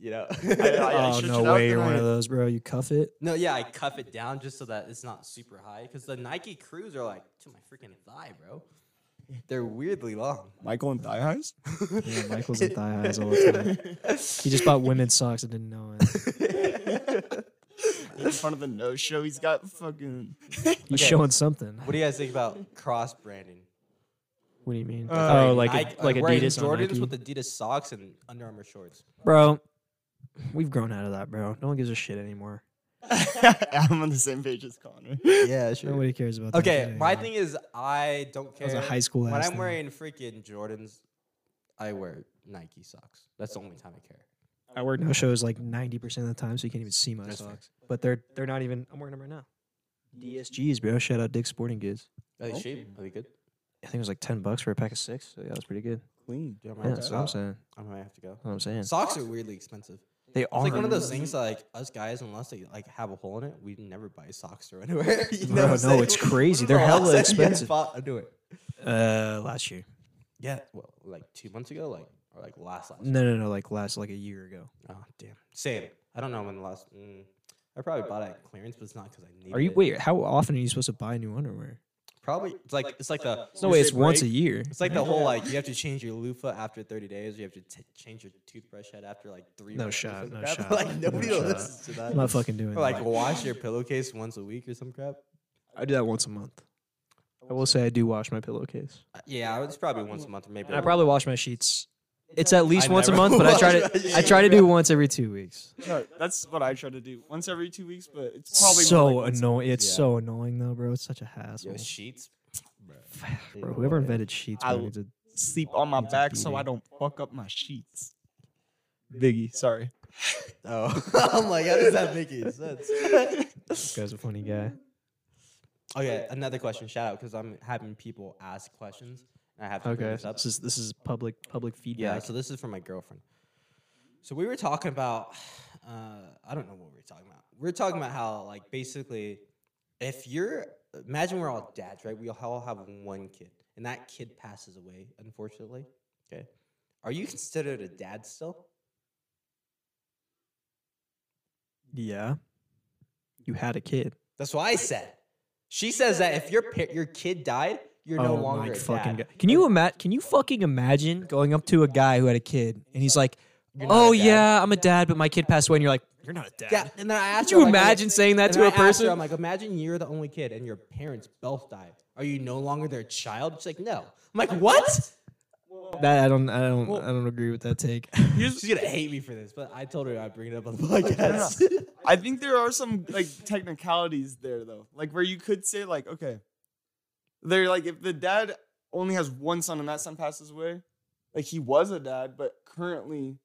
Speaker 1: You *laughs* know?
Speaker 3: I
Speaker 2: oh
Speaker 3: stretch
Speaker 2: no
Speaker 3: it out,
Speaker 2: way! You're
Speaker 3: then
Speaker 2: one
Speaker 3: I-
Speaker 2: of those, bro. You cuff it.
Speaker 1: no, yeah, I cuff it down just so that it's not super high. Because the Nike crews are like to my freaking thigh, bro. They're weirdly long.
Speaker 3: Michael and thigh highs.
Speaker 2: Yeah, Michael's in thigh highs all the time. He just bought women's socks and didn't know it.
Speaker 3: in front of the no show. He's got *laughs* fucking.
Speaker 2: He's
Speaker 1: Okay.
Speaker 2: showing something.
Speaker 1: What do you guys think about cross branding?
Speaker 2: What do you mean?
Speaker 3: Uh,
Speaker 2: oh, like a-
Speaker 1: Nike-
Speaker 2: like
Speaker 1: wearing
Speaker 2: Adidas on
Speaker 1: Jordans
Speaker 2: Nike.
Speaker 1: with Adidas socks and Under Armour shorts.
Speaker 2: bro. We've grown out of that, bro. No one gives a shit anymore.
Speaker 3: I'm on the same page as Connor.
Speaker 1: Yeah, sure.
Speaker 2: Nobody cares about that. shit
Speaker 1: Okay, my
Speaker 2: anymore.
Speaker 1: thing is I don't care.
Speaker 2: was a high school
Speaker 1: When
Speaker 2: ass
Speaker 1: I'm
Speaker 2: thing.
Speaker 1: wearing freaking Jordans, I wear Nike socks. That's the only time I care.
Speaker 2: I wear no shows like ninety percent of the time, so you can't even see my
Speaker 1: That's fair.
Speaker 2: socks. But they're they're not even. I'm wearing them right now. DSGs, bro. Shout out Dick's Sporting Goods.
Speaker 1: Are they cheap? Are they good?
Speaker 2: I think it was like ten bucks for a pack of six. So yeah, it was pretty good.
Speaker 3: Clean.
Speaker 1: Dude, I might
Speaker 2: Yeah,
Speaker 1: have to
Speaker 2: that's
Speaker 1: go.
Speaker 2: what I'm saying.
Speaker 1: I might have to go.
Speaker 2: That's what I'm saying.
Speaker 1: Socks are weirdly expensive.
Speaker 2: they
Speaker 1: It's
Speaker 2: are
Speaker 1: like one of those things that, like us guys, unless they like have a hole in it, we never buy socks or underwear. *laughs* you know
Speaker 2: Bro,
Speaker 1: what I'm
Speaker 2: no,
Speaker 1: saying?
Speaker 2: it's crazy.
Speaker 1: When was *laughs* the last
Speaker 2: They're hella
Speaker 1: time you
Speaker 2: expensive.
Speaker 1: Bought underwear.
Speaker 2: Uh, last year.
Speaker 1: Yeah, well, like two months ago, like or like last last.
Speaker 2: No, no, no. Like last like a year ago.
Speaker 1: Oh damn. Same. I don't know when the last. Mm, I probably bought it at clearance, but it's not because I needed.
Speaker 2: Are you
Speaker 1: it.
Speaker 2: wait? How often are you supposed to buy new underwear?
Speaker 1: Probably. It's like it's like the.
Speaker 2: No way. It's once a year.
Speaker 1: It's like the whole *laughs* like you have to change your loofah after 30 days. You have to t- change your toothbrush head after like three.
Speaker 2: No
Speaker 1: months or
Speaker 2: shot,
Speaker 1: something
Speaker 2: no
Speaker 1: *laughs* like that.
Speaker 2: shot,
Speaker 1: Like
Speaker 2: no
Speaker 1: nobody
Speaker 2: shot.
Speaker 1: listens to that.
Speaker 2: I'm not fucking doing.
Speaker 1: Or like
Speaker 2: that.
Speaker 1: wash your pillowcase once a week or some crap.
Speaker 2: I do that once a month. I will say I do wash my pillowcase.
Speaker 1: Uh, Yeah, it's probably once a month or maybe.
Speaker 2: And I probably wash my sheets. It's at least once a
Speaker 1: never
Speaker 2: month, but I
Speaker 1: wash
Speaker 2: try
Speaker 1: my
Speaker 2: to I
Speaker 1: sheets,
Speaker 2: try to
Speaker 1: bro.
Speaker 2: do once every two weeks.
Speaker 3: No, that's what I try to do once every two weeks, but it's probably
Speaker 2: so
Speaker 3: more like once a
Speaker 2: annoying. It's
Speaker 1: Yeah.
Speaker 2: so annoying though, bro. It's such a hassle.
Speaker 1: Yo, sheets. Bruh.
Speaker 2: bro, whoever invented sheets, bro,
Speaker 3: I-
Speaker 2: needs a
Speaker 3: week. sleep on my
Speaker 2: It's a
Speaker 3: back so I
Speaker 2: beating.
Speaker 3: don't fuck up my sheets. Biggie, sorry.
Speaker 1: Oh, *laughs* I'm like, how does that make any
Speaker 2: *laughs*
Speaker 1: sense?
Speaker 2: this guy's a
Speaker 1: *laughs*
Speaker 2: funny guy.
Speaker 1: okay, another question. Shout out because I'm having people ask questions. And I have to bring
Speaker 2: Okay,
Speaker 1: this up.
Speaker 2: this is this is public public
Speaker 1: Yeah,
Speaker 2: feedback.
Speaker 1: so this is from my girlfriend. So we were talking about, *sighs* uh, I don't know what we were talking about. We were talking about how, like, basically, if you're, imagine we're all dads, right? We all have one kid, and that kid passes away, unfortunately. Okay. Are you considered a dad still?
Speaker 2: yeah, you had a kid.
Speaker 1: That's what I said. She says that if your pa- your kid died, You're no
Speaker 2: Oh my
Speaker 1: longer a
Speaker 2: fucking
Speaker 1: dad.
Speaker 2: God. Can you imagine? Can you fucking imagine going up to a guy who had a kid and he's like,
Speaker 1: You're not
Speaker 2: "Oh
Speaker 1: a dad."
Speaker 2: yeah, I'm a dad, but my kid passed away," and you're like, "You're not a dad."
Speaker 1: Yeah, and then I asked
Speaker 2: Could
Speaker 1: her,
Speaker 2: you
Speaker 1: I'm like,
Speaker 2: imagine saying that
Speaker 1: and
Speaker 2: to
Speaker 1: I
Speaker 2: a
Speaker 1: asked her,
Speaker 2: person?
Speaker 1: I'm like, imagine you're the only kid and your parents both died. Are you no longer their child? She's like, no. I'm like, what?
Speaker 2: That I don't, I don't, I don't agree with that take.
Speaker 1: She's gonna hate me for this, but I told her I'd bring it up on the podcast.
Speaker 3: I think there are some like technicalities there though, like where you could say like, okay, they're like if the dad only has one son and that son passes away, like he was a dad, but currently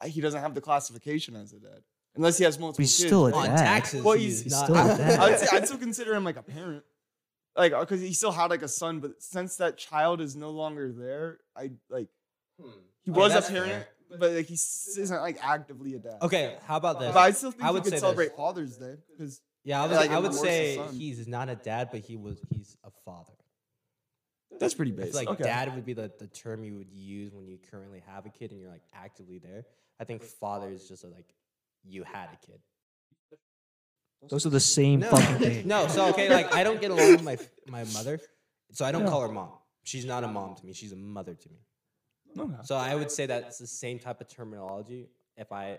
Speaker 3: uh, he doesn't have the classification as a dad unless he has multiple.
Speaker 2: he's
Speaker 3: kids.
Speaker 2: still a
Speaker 3: but
Speaker 1: *laughs* on
Speaker 2: dad.
Speaker 1: taxes,
Speaker 3: Well,
Speaker 1: he
Speaker 3: he's-
Speaker 1: is
Speaker 2: he's
Speaker 1: not-
Speaker 2: still a dad. *laughs*
Speaker 3: I'd, say, I'd still consider him like a parent, like because he still had like a son, but since that child is no longer there, I like
Speaker 1: Hmm.
Speaker 3: he
Speaker 1: Okay,
Speaker 3: was a
Speaker 1: that's
Speaker 3: parent,
Speaker 1: fair.
Speaker 3: but like he s- isn't like actively a dad.
Speaker 1: Okay, how about this?
Speaker 3: But I still think
Speaker 1: I
Speaker 3: we
Speaker 1: would
Speaker 3: could
Speaker 1: say this.
Speaker 3: celebrate Father's Day because
Speaker 1: yeah, I would,
Speaker 3: like,
Speaker 1: I
Speaker 3: it
Speaker 1: would
Speaker 3: divorces
Speaker 1: say
Speaker 3: son.
Speaker 1: he's not a dad, but he was he's a father.
Speaker 3: that's pretty
Speaker 1: It's
Speaker 3: basic.
Speaker 1: like
Speaker 3: okay.
Speaker 1: dad would be the, the term you would use when you currently have a kid and you're like actively there. I think father is just like you had a kid.
Speaker 2: *laughs* Those are the same
Speaker 1: No, *laughs*
Speaker 2: fucking thing.
Speaker 1: no. So okay, like I don't get along with my my mother, so I don't call her mom. She's not a mom to me. She's a mother to me.
Speaker 3: Okay.
Speaker 1: *laughs* So I would say that's the same type of terminology. If I,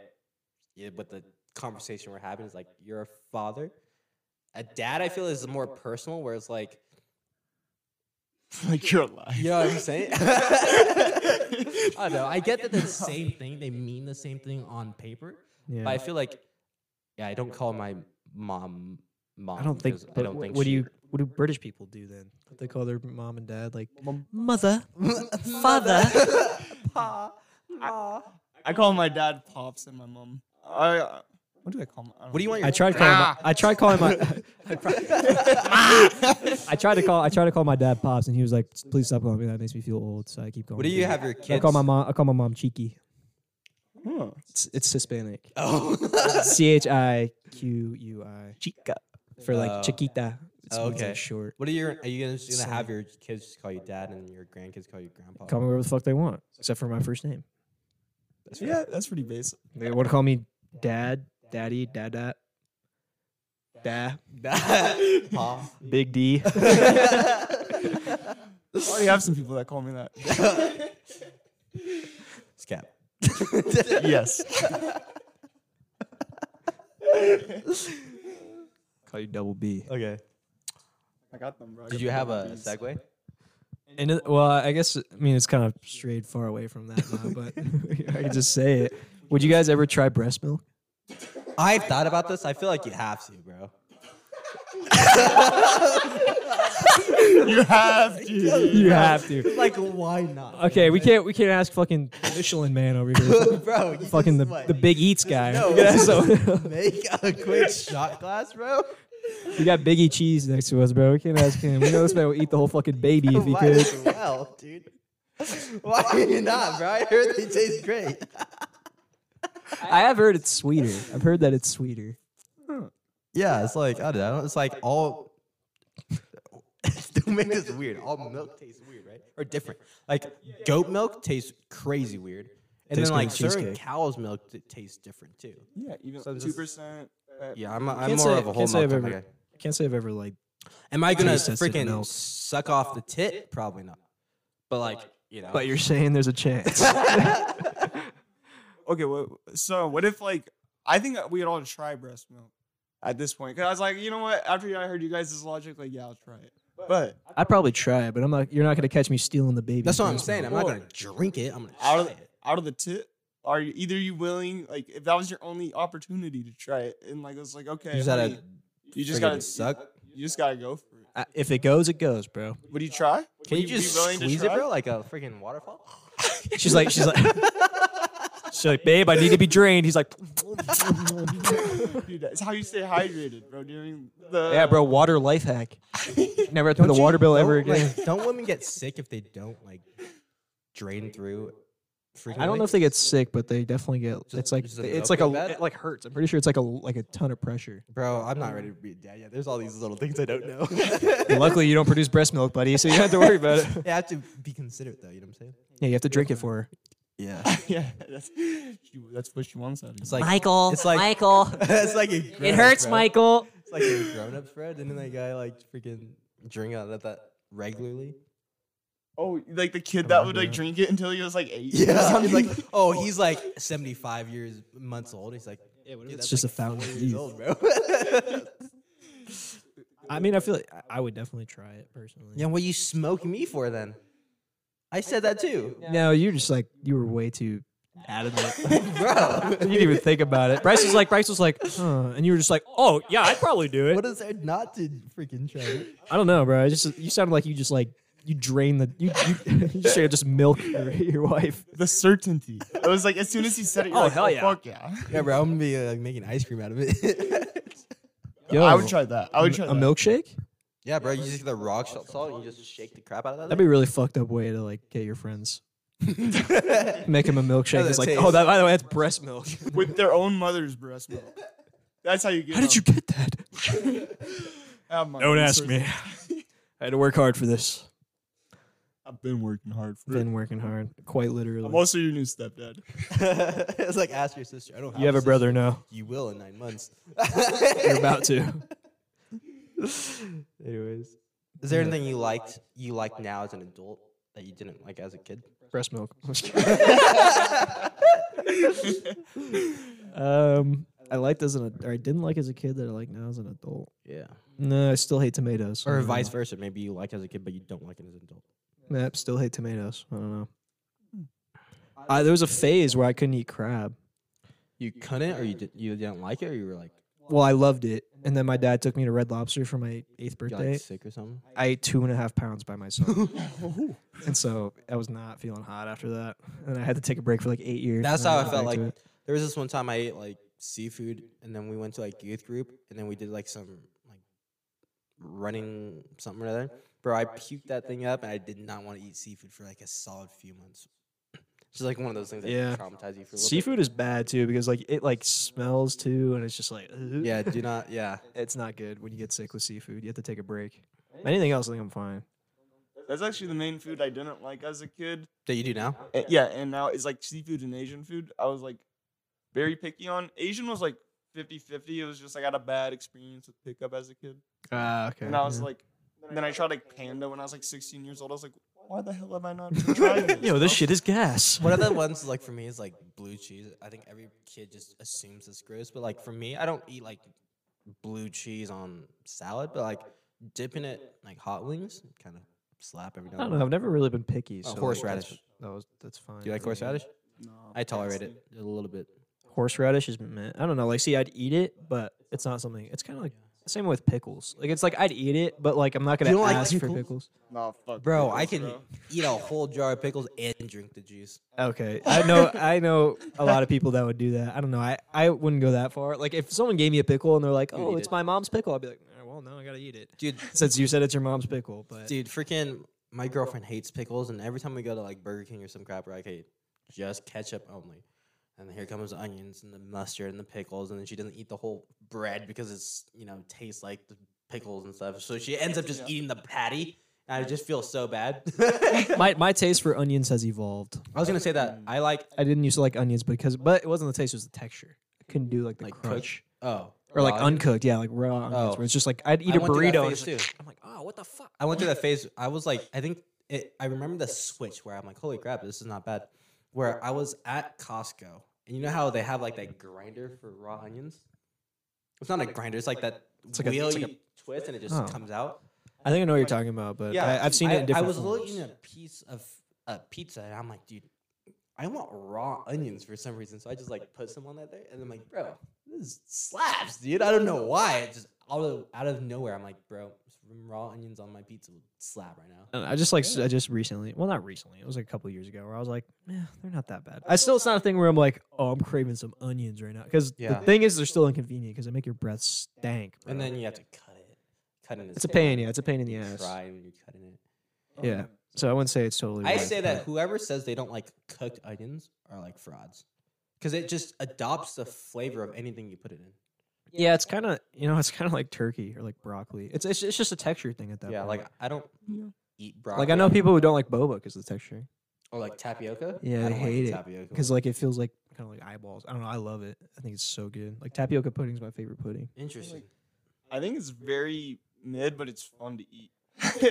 Speaker 1: yeah, but the conversation we're having is like you're a father. A dad, I feel, is more personal, where it's like, *laughs*
Speaker 3: like you're alive.
Speaker 1: you know what I'm saying? *laughs* I don't know. I get that
Speaker 2: *laughs*
Speaker 1: they're the same thing. They mean the same thing on paper,
Speaker 2: Yeah.
Speaker 1: but I feel like, yeah, I don't call my mom mom.
Speaker 2: I don't think.
Speaker 1: because
Speaker 2: but
Speaker 1: I don't
Speaker 2: wh-
Speaker 1: think.
Speaker 2: What do
Speaker 1: she-
Speaker 2: you? What do British people do then? They call their mom and dad like
Speaker 1: *laughs*
Speaker 2: mother, father.
Speaker 3: I call my dad pops and my mom. I uh, what do I call? My, I
Speaker 1: What do you want? Your
Speaker 2: *laughs* I tried calling. My, I tried calling my. *laughs*
Speaker 1: *laughs*
Speaker 2: I tried *laughs* to call. I tried to call my dad pops, and he was like, "Please stop calling me. That makes me feel old." So I keep going.
Speaker 1: What do you have your
Speaker 2: I
Speaker 1: kids?
Speaker 2: call my mom. I call my mom cheeky.
Speaker 3: Huh.
Speaker 2: It's, it's Hispanic.
Speaker 1: Oh,
Speaker 2: *laughs* C H I Q U I. Chica. For like
Speaker 1: Oh.
Speaker 2: chiquita. It's
Speaker 1: Oh,
Speaker 2: means, like,
Speaker 1: okay.
Speaker 2: short.
Speaker 1: what are your? Are you gonna, just gonna have your kids just call you dad and your grandkids call you grandpa?
Speaker 2: Call me whatever the fuck they want, except for my first name.
Speaker 3: Yeah, that's pretty basic.
Speaker 2: They want to call me dad, daddy, dad, dad, dad,
Speaker 1: Pa.
Speaker 2: big D.
Speaker 3: Oh, you have some people that call me that.
Speaker 1: Scap.
Speaker 3: *laughs* yes.
Speaker 2: call you double B.
Speaker 1: Okay.
Speaker 3: I got them, bro. I
Speaker 1: Did
Speaker 3: got
Speaker 1: you
Speaker 3: the
Speaker 1: have a
Speaker 3: Bumblebees.
Speaker 1: segue?
Speaker 2: And it, well, I guess I mean it's kind of strayed far away from that *laughs* now, but I can just say it. Would you guys ever try breast milk?
Speaker 1: I thought about this. I feel like you have to, bro.
Speaker 3: You have to.
Speaker 2: You have to.
Speaker 1: Like, why not?
Speaker 2: Okay, we can't we can't ask fucking Michelin man over *laughs* here.
Speaker 1: bro. You
Speaker 2: fucking the,
Speaker 1: just what?
Speaker 2: the big eats guy.
Speaker 1: no.
Speaker 2: *laughs* We got some-
Speaker 1: Make a quick shot glass, bro.
Speaker 2: we got Biggie Cheese next to us, bro. We can't ask him. We know this man will eat the whole fucking baby *laughs* if he
Speaker 1: Might
Speaker 2: could.
Speaker 1: as well, dude. Why are you not, bro? I heard they taste great.
Speaker 2: I have heard it's sweeter. I've heard that it's sweeter.
Speaker 1: Yeah, it's like I don't know. It's like *laughs* all. Don't make this weird. All milk tastes weird, right? Or different. Like goat milk tastes crazy weird, and
Speaker 2: Tastes
Speaker 1: then like
Speaker 2: good with
Speaker 1: certain
Speaker 2: cheesecake.
Speaker 1: cow's milk t- tastes different too.
Speaker 3: Yeah, even
Speaker 1: So this-
Speaker 3: two percent. uh,
Speaker 1: Yeah, I'm, I'm
Speaker 2: Can't
Speaker 1: more
Speaker 2: say-
Speaker 1: of a whole
Speaker 2: can't say
Speaker 1: milk
Speaker 2: I've
Speaker 1: type of
Speaker 2: ever-
Speaker 1: guy.
Speaker 2: Can't say I've ever like
Speaker 1: Am I gonna
Speaker 2: taste tested
Speaker 1: freaking
Speaker 2: milk.
Speaker 1: suck off the tit? Probably not. But like you know,
Speaker 2: But you're saying there's a chance. *laughs*
Speaker 3: *laughs* Okay, well, so what if like I think that we would all try breast milk at this point? Because I was like, you know what? After I heard you guys' logic, like, yeah, I'll try it. But
Speaker 2: I'd probably try it, but I'm not you're not gonna catch me stealing the baby.
Speaker 1: *laughs* that's what I'm
Speaker 2: breast
Speaker 1: saying.
Speaker 2: milk.
Speaker 1: I'm not gonna drink it. I'm gonna
Speaker 3: out
Speaker 1: try
Speaker 3: of
Speaker 1: it.
Speaker 3: out of the tip, are you either you willing? Like, if that was your only opportunity to try it, and like it's like okay,
Speaker 1: You just
Speaker 3: honey,
Speaker 1: gotta
Speaker 3: you just
Speaker 1: friggin'
Speaker 3: gotta
Speaker 1: suck.
Speaker 3: You just gotta go for it.
Speaker 2: I- if it goes, it goes, bro.
Speaker 3: Would you try?
Speaker 1: Can
Speaker 3: Would
Speaker 1: you just
Speaker 3: be willing to
Speaker 1: squeeze it,
Speaker 3: try?
Speaker 1: bro? Like a freaking waterfall?
Speaker 2: She's like, she's like, *laughs* she's like, babe, I need to be drained. He's like, *laughs*
Speaker 3: Dude, that's how *laughs* you stay hydrated, bro. During the
Speaker 2: yeah, bro, water life hack. Never have to put a
Speaker 1: Don't you-
Speaker 2: water bill ever
Speaker 1: don't,
Speaker 2: again.
Speaker 1: Like, don't women get sick if they don't like drain through?
Speaker 2: I don't know if they get sick, but they definitely get. It's like
Speaker 1: just a
Speaker 2: it's like a
Speaker 1: milking bed?
Speaker 2: it like hurts. I'm pretty sure it's like a like a ton of pressure.
Speaker 1: Bro, I'm not ready to be a dad yet. There's all these little things I don't know.
Speaker 2: *laughs*
Speaker 1: *laughs*
Speaker 2: Luckily, you don't produce breast milk, buddy, so you don't have to worry about it.
Speaker 1: I have to be considerate though. You know what I'm saying?
Speaker 2: *laughs* Yeah, you have to drink it for her.
Speaker 1: Yeah.
Speaker 3: *laughs* yeah, that's, she, that's what she wants out of you.
Speaker 1: It's like
Speaker 5: Michael,
Speaker 1: It's like
Speaker 5: Michael,
Speaker 1: *laughs* it's like a
Speaker 5: it hurts,
Speaker 1: bro.
Speaker 5: Michael.
Speaker 1: It's like a grown up spread, and then that guy like freaking drink out of that regularly.
Speaker 3: Oh, like the kid
Speaker 2: I
Speaker 3: that would
Speaker 2: remember
Speaker 3: like
Speaker 2: that.
Speaker 3: drink it until he was like eight. or
Speaker 1: Yeah,
Speaker 2: *laughs*
Speaker 3: something.
Speaker 1: he's like, oh, he's like seventy five years months old. He's like,
Speaker 2: Yeah, what
Speaker 1: dude, that's
Speaker 2: it's just
Speaker 1: like
Speaker 2: a fountain
Speaker 1: four
Speaker 2: of
Speaker 1: years
Speaker 2: youth.
Speaker 1: old, bro. *laughs*
Speaker 2: I mean, I feel like I- I would definitely try it personally.
Speaker 1: yeah, what you smoke me for then? I said that too,
Speaker 2: No, you're just like you were way too *laughs* adamant.
Speaker 1: bro.
Speaker 2: you didn't even think about it. Bryce was like, Bryce was like, huh, and you were just like, oh yeah, I'd probably do it.
Speaker 1: What is there not to freaking try? it?
Speaker 2: I don't know, bro. I just you sounded like you just like you drained the you you, *laughs* you straight up just milk your, your wife.
Speaker 3: the certainty. It was like as soon as he said it, you're
Speaker 2: Oh,
Speaker 3: like,
Speaker 2: hell
Speaker 3: oh,
Speaker 2: yeah. *laughs*
Speaker 3: fuck yeah.
Speaker 1: Yeah, bro. I'm gonna be uh, like making ice cream out of it. *laughs*
Speaker 2: Yo,
Speaker 3: I would try that. I would try
Speaker 2: a
Speaker 3: that.
Speaker 2: milkshake.
Speaker 1: yeah, bro. You just get the rock salt salt and you just shake the crap out of
Speaker 2: That'd
Speaker 1: that.
Speaker 2: be a really fucked up way to like get your friends. *laughs*
Speaker 1: thing.
Speaker 2: Make him a milkshake.
Speaker 1: that
Speaker 2: It's like,
Speaker 1: tastes-
Speaker 2: oh, that, by the way, that's breast *laughs* milk.
Speaker 3: with their own mother's breast milk. That's how you get.
Speaker 2: How did you get that?
Speaker 3: Don't
Speaker 2: me. *laughs* I had to work hard for this.
Speaker 3: I've been working hard for it.
Speaker 2: Been working hard, quite literally.
Speaker 3: I'm also your new stepdad.
Speaker 1: *laughs* it's like ask your sister. I don't.
Speaker 2: you have a
Speaker 1: sister.
Speaker 2: brother now.
Speaker 1: You will in nine months.
Speaker 2: You're about to. *laughs*
Speaker 1: Anyways, *laughs* is there
Speaker 2: Yeah.
Speaker 1: anything you liked you like now as an adult that you didn't like as a kid?
Speaker 2: breast milk. *laughs* um, I liked as an ad- or I didn't like as a kid that I like now as an adult.
Speaker 1: Yeah.
Speaker 2: No, I still hate tomatoes.
Speaker 1: Or
Speaker 2: I don't
Speaker 1: vice
Speaker 2: know.
Speaker 1: versa. Maybe you liked as a kid, but you don't like it as an adult.
Speaker 2: Nah, still hate tomatoes. I don't know. I, there was a phase where I couldn't eat crab.
Speaker 1: You couldn't, or you did, you didn't like it, or you were like
Speaker 2: Well, I loved it, and then my dad took me to Red Lobster for my eighth
Speaker 1: you got, like,
Speaker 2: birthday.
Speaker 1: sick or something.
Speaker 2: I ate two and a half pounds by myself, and so I was not feeling hot after that. And I had to take a break for like eight years.
Speaker 1: That's
Speaker 2: and then
Speaker 1: how I
Speaker 2: went
Speaker 1: felt
Speaker 2: back
Speaker 1: like
Speaker 2: to it.
Speaker 1: there was this one time I ate like seafood, and then we went to like youth group, and then we did like some like running something or other. Bro, I puked that thing up, and I did not want to eat seafood for like a solid few months. It's just like one of those things that
Speaker 2: Yeah.
Speaker 1: traumatize you for a little bit.
Speaker 2: Seafood is bad too because like it like smells too, and it's just like "Ugh."
Speaker 1: Yeah, do not. Yeah,
Speaker 2: *laughs* it's not good when you get sick with seafood. You have to take a break. Anything else, I think I'm fine.
Speaker 3: That's actually the main food I didn't like as a kid.
Speaker 1: that you do now.
Speaker 3: Uh, yeah, and now it's like seafood and Asian food. I was like very picky on. Asian was like 50 50. It was just I got a bad experience with pickup as a kid.
Speaker 2: Ah, okay.
Speaker 3: And I was like, then I tried like Panda when I was like 16 years old. I was like, why the hell have
Speaker 1: *laughs*
Speaker 3: I
Speaker 2: *laughs*
Speaker 3: not been trying this?
Speaker 2: yo, this
Speaker 3: stuff?"
Speaker 2: shit is gas.
Speaker 1: One of the ones like for me is like blue cheese. I think every kid just assumes it's gross, but like for me, I don't eat like blue cheese on salad, but like dipping it like hot wings, kind of slap every now.
Speaker 2: I
Speaker 1: and
Speaker 2: don't know. I've never really been picky.
Speaker 1: Oh,
Speaker 2: So
Speaker 1: horseradish.
Speaker 2: that's- Um, That was that's fine.
Speaker 1: Do you like
Speaker 2: for me.
Speaker 1: horseradish?
Speaker 3: No,
Speaker 1: I tolerate it a little bit.
Speaker 2: Horseradish is meh. I don't know. Like, see, I'd eat it, but it's not something. It's kind of like the same with pickles. Like, it's like I'd eat it, but like I'm not gonna
Speaker 1: You don't like
Speaker 2: ask for
Speaker 1: pickles?
Speaker 2: pickles.
Speaker 3: No, fuck.
Speaker 1: Bro, I can
Speaker 3: pickles, bro.
Speaker 1: eat a whole jar of pickles and drink the juice.
Speaker 2: Okay, *laughs* I know. I know a lot of people that would do that. I don't know. I I wouldn't go that far. Like, if someone gave me a pickle and they're like, "Oh,
Speaker 1: eat
Speaker 2: it's
Speaker 1: it.
Speaker 2: my mom's pickle," I'd be like, "Eh, "Well, no, I gotta eat it."
Speaker 1: Dude,
Speaker 2: Since you said it's your mom's pickle, but
Speaker 1: dude, freaking my girlfriend hates pickles and every time we go to like Burger King or some crap, we're like, hey, just ketchup only. And here comes the onions and the mustard and the pickles, and then she doesn't eat the whole bread because it's you know, tastes like the pickles and stuff. So she ends up just eating the patty. And I just feel so
Speaker 3: *laughs*
Speaker 1: bad. I
Speaker 2: my my taste for onions has evolved.
Speaker 1: was gonna say that. I like
Speaker 2: I didn't used to like onions because, but it wasn't the taste; it was the texture. I couldn't do like the
Speaker 1: Like cooked?
Speaker 2: crunch
Speaker 1: oh
Speaker 2: or like
Speaker 1: raw onions.
Speaker 2: uncooked. Yeah, like raw onions.
Speaker 1: Oh.
Speaker 2: Where it's just like I'd eat
Speaker 1: I
Speaker 2: a
Speaker 1: went through that
Speaker 2: burrito. And
Speaker 1: phase
Speaker 2: it's like,
Speaker 1: too.
Speaker 2: I'm like, oh, what the fuck?
Speaker 1: I went
Speaker 2: *laughs*
Speaker 1: through that phase. I was like, I think it, I remember the switch where I'm like, holy crap, this is not bad. Where I was at Costco, and you know how they have like that grinder for raw onions? It's not a grinder. It's like that
Speaker 2: like a-
Speaker 1: wheel
Speaker 2: it's like
Speaker 1: you twist and it just
Speaker 2: Oh.
Speaker 1: comes out.
Speaker 2: I think I know what you're talking about, but
Speaker 1: Yeah,
Speaker 2: I, I've seen it in different.
Speaker 1: I was
Speaker 2: forms.
Speaker 1: looking at a piece of a pizza, and I'm like, dude, I want raw onions for some reason. So I just like put some on that there, and I'm like, bro, this slaps, dude. I don't know why. It just out of out of nowhere, I'm like, bro, some raw onions on my pizza would slap right now.
Speaker 2: And I just like s I just recently, well, not recently. It was like a couple years ago where I was like, "Yeah, they're not that bad." I still, it's not a thing where I'm like, "Oh, I'm craving some onions right now." Because
Speaker 1: Yeah.
Speaker 2: the thing is, they're still inconvenient because they make your breath stank.
Speaker 1: And
Speaker 2: bro.
Speaker 1: then you have to cut it. Cut it.
Speaker 2: it's a pain. Yeah, it's a pain in the ass.
Speaker 1: Try when you're cutting it.
Speaker 2: Yeah. So I wouldn't say it's totally.
Speaker 1: I
Speaker 2: right,
Speaker 1: say that
Speaker 2: but-
Speaker 1: whoever says they don't like cooked onions are like frauds, because it just adopts the flavor of anything you put it in.
Speaker 2: Yeah, it's kind of you know, it's kind of like turkey or like broccoli. It's it's, it's just a texture thing at that.
Speaker 1: Yeah,
Speaker 2: point.
Speaker 1: like I don't eat broccoli.
Speaker 2: like I know people who don't like boba because of the texture.
Speaker 1: or like tapioca.
Speaker 2: Yeah, I
Speaker 1: don't like
Speaker 2: hate it,
Speaker 1: tapioca.
Speaker 2: Because like it feels like kind of like eyeballs. I don't know. I love it. I think it's so good. Like tapioca pudding is my favorite pudding.
Speaker 1: interesting.
Speaker 3: I think it's very mid, but it's fun to eat.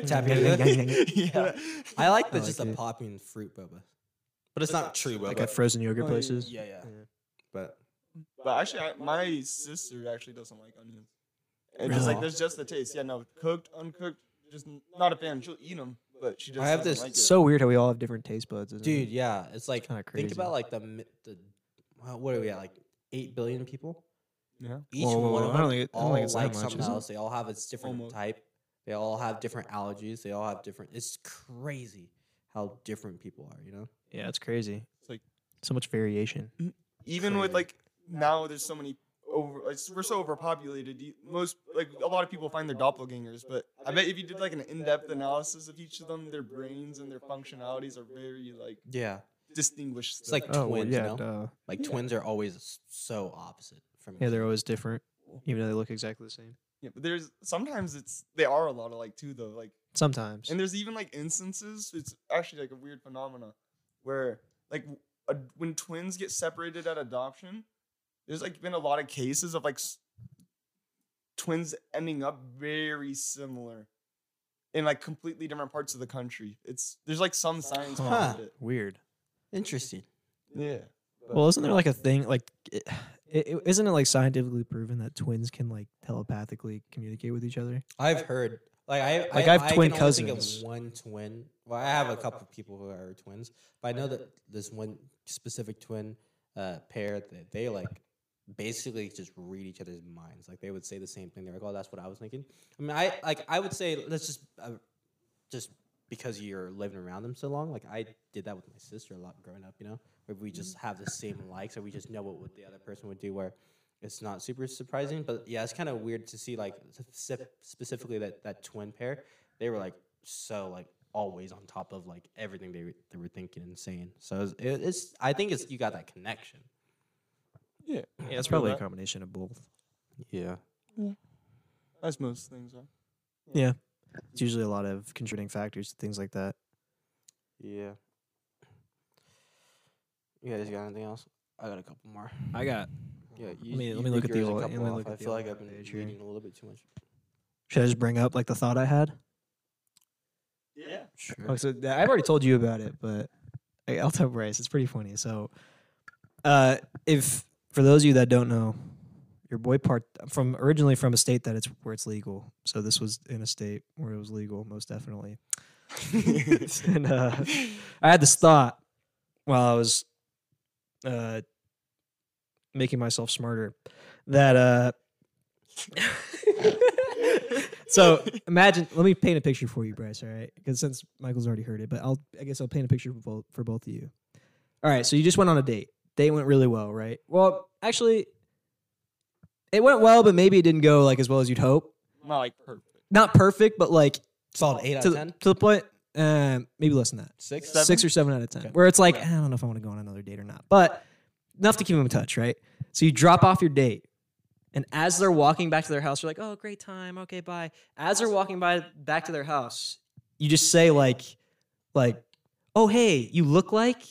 Speaker 1: Tapping
Speaker 2: Yeah.
Speaker 1: it.
Speaker 3: *laughs* yeah.
Speaker 1: I like the
Speaker 2: I
Speaker 1: just
Speaker 2: like
Speaker 1: a
Speaker 2: it.
Speaker 1: popping fruit boba, but it's not true boba.
Speaker 2: Like at frozen yogurt
Speaker 4: Oh, yeah.
Speaker 2: places.
Speaker 1: yeah, yeah,
Speaker 2: Yeah.
Speaker 1: But
Speaker 3: But actually, I, my sister actually doesn't like onions. And just like
Speaker 2: Really?
Speaker 3: there's just the taste. Yeah, no, cooked, uncooked, just n- not a fan. She'll eat them, but she just
Speaker 1: I have
Speaker 3: doesn't
Speaker 1: this
Speaker 3: like it.
Speaker 2: It's so weird how we all have different taste buds, isn't
Speaker 1: dude,
Speaker 2: it?
Speaker 1: yeah, it's like
Speaker 2: kinda
Speaker 1: think
Speaker 2: crazy.
Speaker 1: about like the mi- the well, what are we at like eight billion people.
Speaker 3: Yeah.
Speaker 1: Each
Speaker 2: Whoa, whoa,
Speaker 1: one
Speaker 2: whoa,
Speaker 1: of
Speaker 2: I
Speaker 1: them
Speaker 2: don't think it- I don't
Speaker 1: all
Speaker 2: think it's that
Speaker 1: like
Speaker 2: much,
Speaker 1: something
Speaker 2: is it?
Speaker 1: else. They all have its different
Speaker 3: Almost.
Speaker 1: type. They all have different allergies. They all have different. It's crazy how different people are. You know.
Speaker 2: Yeah, it's crazy.
Speaker 3: It's like-
Speaker 2: so much variation.
Speaker 3: even with
Speaker 1: Crazy.
Speaker 3: like now there's so many over like, we're so overpopulated you- most like a lot of people find their doppelgangers but i bet if you did like an in-depth analysis of each of them their brains and their functionalities are very like
Speaker 1: Yeah.
Speaker 3: distinguished
Speaker 1: It's like
Speaker 3: still.
Speaker 2: Oh, well,
Speaker 1: twins.
Speaker 2: yeah,
Speaker 1: you know?
Speaker 2: duh.
Speaker 1: Like
Speaker 3: Yeah.
Speaker 1: twins are always s- so opposite from
Speaker 2: yeah, they're always different, even though they look exactly the same.
Speaker 3: yeah, but there's sometimes it's they are a lot alike too though like
Speaker 2: Sometimes.
Speaker 3: and there's even like instances it's actually like a weird phenomena where like w- a, when twins get separated at adoption there's like been a lot of cases of like s- twins ending up very similar in like completely different parts of the country it's there's like some science
Speaker 2: Huh.
Speaker 3: behind it
Speaker 2: Weird.
Speaker 1: Interesting.
Speaker 3: yeah
Speaker 2: Well, isn't there like a thing like it, it, isn't it like scientifically proven that twins can like telepathically communicate with each other?
Speaker 1: I've heard. Like I,
Speaker 2: Like,
Speaker 1: I,
Speaker 2: I have
Speaker 1: I can
Speaker 2: twin
Speaker 1: only think of
Speaker 2: cousins.
Speaker 1: one twin. Well, I have a couple people who are twins, but I know that this one specific twin uh, pair that they like basically just read each other's minds. Like they would say the same thing. They're like, "Oh, that's what I was thinking." I mean, I like I would say let's just uh, just because you're living around them so long. Like I did that with my sister a lot growing up. You know, where we just have the same likes, or we just know what, what the other person would do. Where it's not super surprising, but yeah, it's kind of weird to see like sp- specifically that that twin pair. They were like so like always on top of like everything they were, they were thinking and saying. So it's, it's I think it's you got that connection.
Speaker 2: Yeah, it's
Speaker 3: Feel
Speaker 2: probably a
Speaker 3: that.
Speaker 2: combination of both.
Speaker 1: Yeah.
Speaker 3: that's most things are
Speaker 2: Yeah. It's usually a lot of contributing factors to things like that.
Speaker 1: Yeah. You guys got anything else? I got a couple more.
Speaker 2: I got
Speaker 1: Yeah. You,
Speaker 2: me-
Speaker 1: you
Speaker 2: let me
Speaker 1: read
Speaker 2: look at the
Speaker 1: yours a
Speaker 2: old- let
Speaker 1: couple
Speaker 2: me
Speaker 1: off.
Speaker 2: look
Speaker 1: I
Speaker 2: at the
Speaker 1: feel like
Speaker 2: old
Speaker 1: I've been
Speaker 2: page here.
Speaker 1: reading a little bit too much.
Speaker 2: Should I just bring up like the thought I had?
Speaker 3: yeah
Speaker 1: Sure.
Speaker 2: Oh, so th- I've already told you about it, but I- I'll tell Bryce. It's pretty funny. So, uh, if for those of you that don't know, your boy part from originally from a state that it's where it's legal. So this was in a state where it was legal, most definitely. and uh, I had this thought while I was uh, making myself smarter that uh,
Speaker 1: *laughs*
Speaker 2: so imagine let me paint a picture for you bryce all right because since michael's already heard it but i'll i guess i'll paint a picture for both for both of you all right so you just went on a date date went really well right well actually it went well but maybe it didn't go like as well as you'd hope
Speaker 3: not like perfect
Speaker 2: not perfect but like
Speaker 1: Solid eight out
Speaker 2: to,
Speaker 1: of
Speaker 2: the,
Speaker 1: ten.
Speaker 2: to the point um, maybe less than that
Speaker 1: Six.
Speaker 2: six or seven out of ten. Where it's like, "Eh, I don't know if I want to go on another date or not, but enough to keep them in touch, right? So you drop off your date, and as they're walking back to their house, you're like, oh, great time, okay, bye. As they're walking by back to their house, you just say like, like, oh hey, you look like,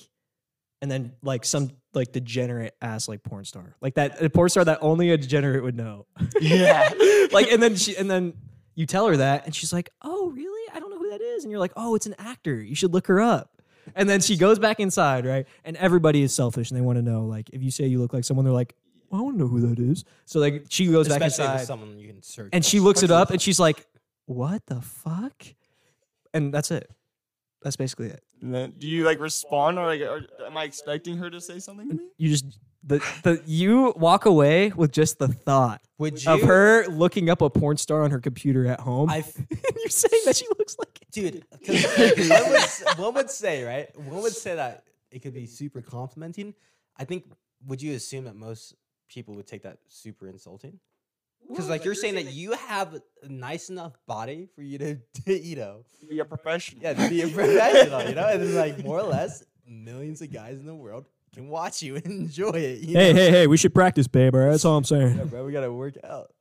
Speaker 2: and then like some like degenerate ass like porn star, like that a porn star that only a degenerate would know
Speaker 3: yeah
Speaker 2: *laughs* like and then she and then you tell her that and she's like oh really i don't know who that is and you're like oh it's an actor you should look her up and then she goes back inside right and everybody is selfish and they want to know like if you say you look like someone they're like well, i want to know who that is so like she goes back
Speaker 1: Especially if
Speaker 2: inside
Speaker 1: it's someone you can search.
Speaker 2: and
Speaker 1: up.
Speaker 2: she looks it up and she's like what the fuck and that's it that's basically it
Speaker 3: And then do you like respond or like are, am i expecting her to say something to me
Speaker 2: you just the, the you walk away with just the thought
Speaker 1: Would you?
Speaker 2: of her looking up a porn star on her computer at home
Speaker 1: I f-
Speaker 2: *laughs* and you're saying that she looks like
Speaker 1: dude.
Speaker 2: *laughs*
Speaker 1: 'cause *laughs* one, would, s- one would say, right? One would say that it could be super complimenting. I think. Would you assume that most people would take that super insulting? Because like you're saying that you have a nice enough body for you to, *laughs* to you know,
Speaker 3: be a professional
Speaker 1: yeah, to be a professional, you know, and it's like more or less millions of guys in the world can watch you and enjoy it. You
Speaker 2: Hey,
Speaker 1: know?
Speaker 2: hey, hey, we should practice, babe. All right? That's all I'm
Speaker 1: Yeah,
Speaker 2: saying.
Speaker 1: bro, we gotta work out.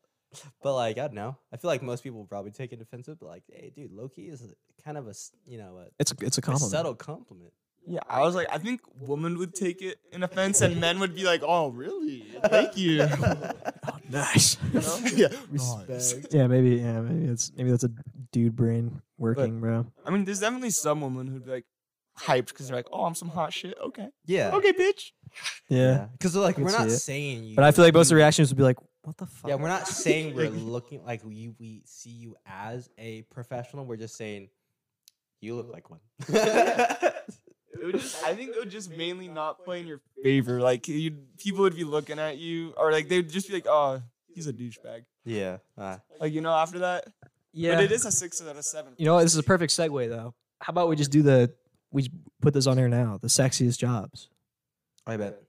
Speaker 1: But like, I don't know. I feel like most people would probably take it offensive. But like, hey, dude, Loki is a- kind of a s- you know a,
Speaker 2: It's a, it's a
Speaker 1: a
Speaker 2: compliment.
Speaker 1: subtle compliment.
Speaker 3: Yeah, I was like, I think women would take it in offense, and men would be like, "Oh, really? Thank you." you
Speaker 2: Nice.
Speaker 3: know? yeah,
Speaker 2: *laughs*
Speaker 1: Respect. *laughs*
Speaker 2: yeah, maybe. Yeah, maybe it's maybe that's a dude brain working, bro.
Speaker 3: I mean, there's definitely some women who'd be like hyped because they're like, oh, I'm some hot shit. Okay.
Speaker 1: Yeah.
Speaker 3: Okay, bitch.
Speaker 2: Yeah.
Speaker 1: Because like
Speaker 2: I can
Speaker 1: we're not
Speaker 2: see it.
Speaker 1: saying you. *laughs*
Speaker 2: But I feel like most of the
Speaker 1: you-
Speaker 2: reactions would be like, what the fuck?
Speaker 1: Yeah, we're not saying
Speaker 2: *laughs*
Speaker 1: we're looking like we we see you as a professional. We're just saying you look like one. *laughs*
Speaker 3: It would just, I think it would just mainly not play in your favor. Like, you'd, people would be looking at you, or like, they'd just be like, oh, he's a douchebag.
Speaker 1: yeah. uh,
Speaker 3: Like, you know, after that.
Speaker 2: Yeah.
Speaker 3: But it is a six out of seven.
Speaker 2: You know, what? this is a perfect segue though. How about we just do the we just put this on here now? The sexiest jobs.
Speaker 1: I bet.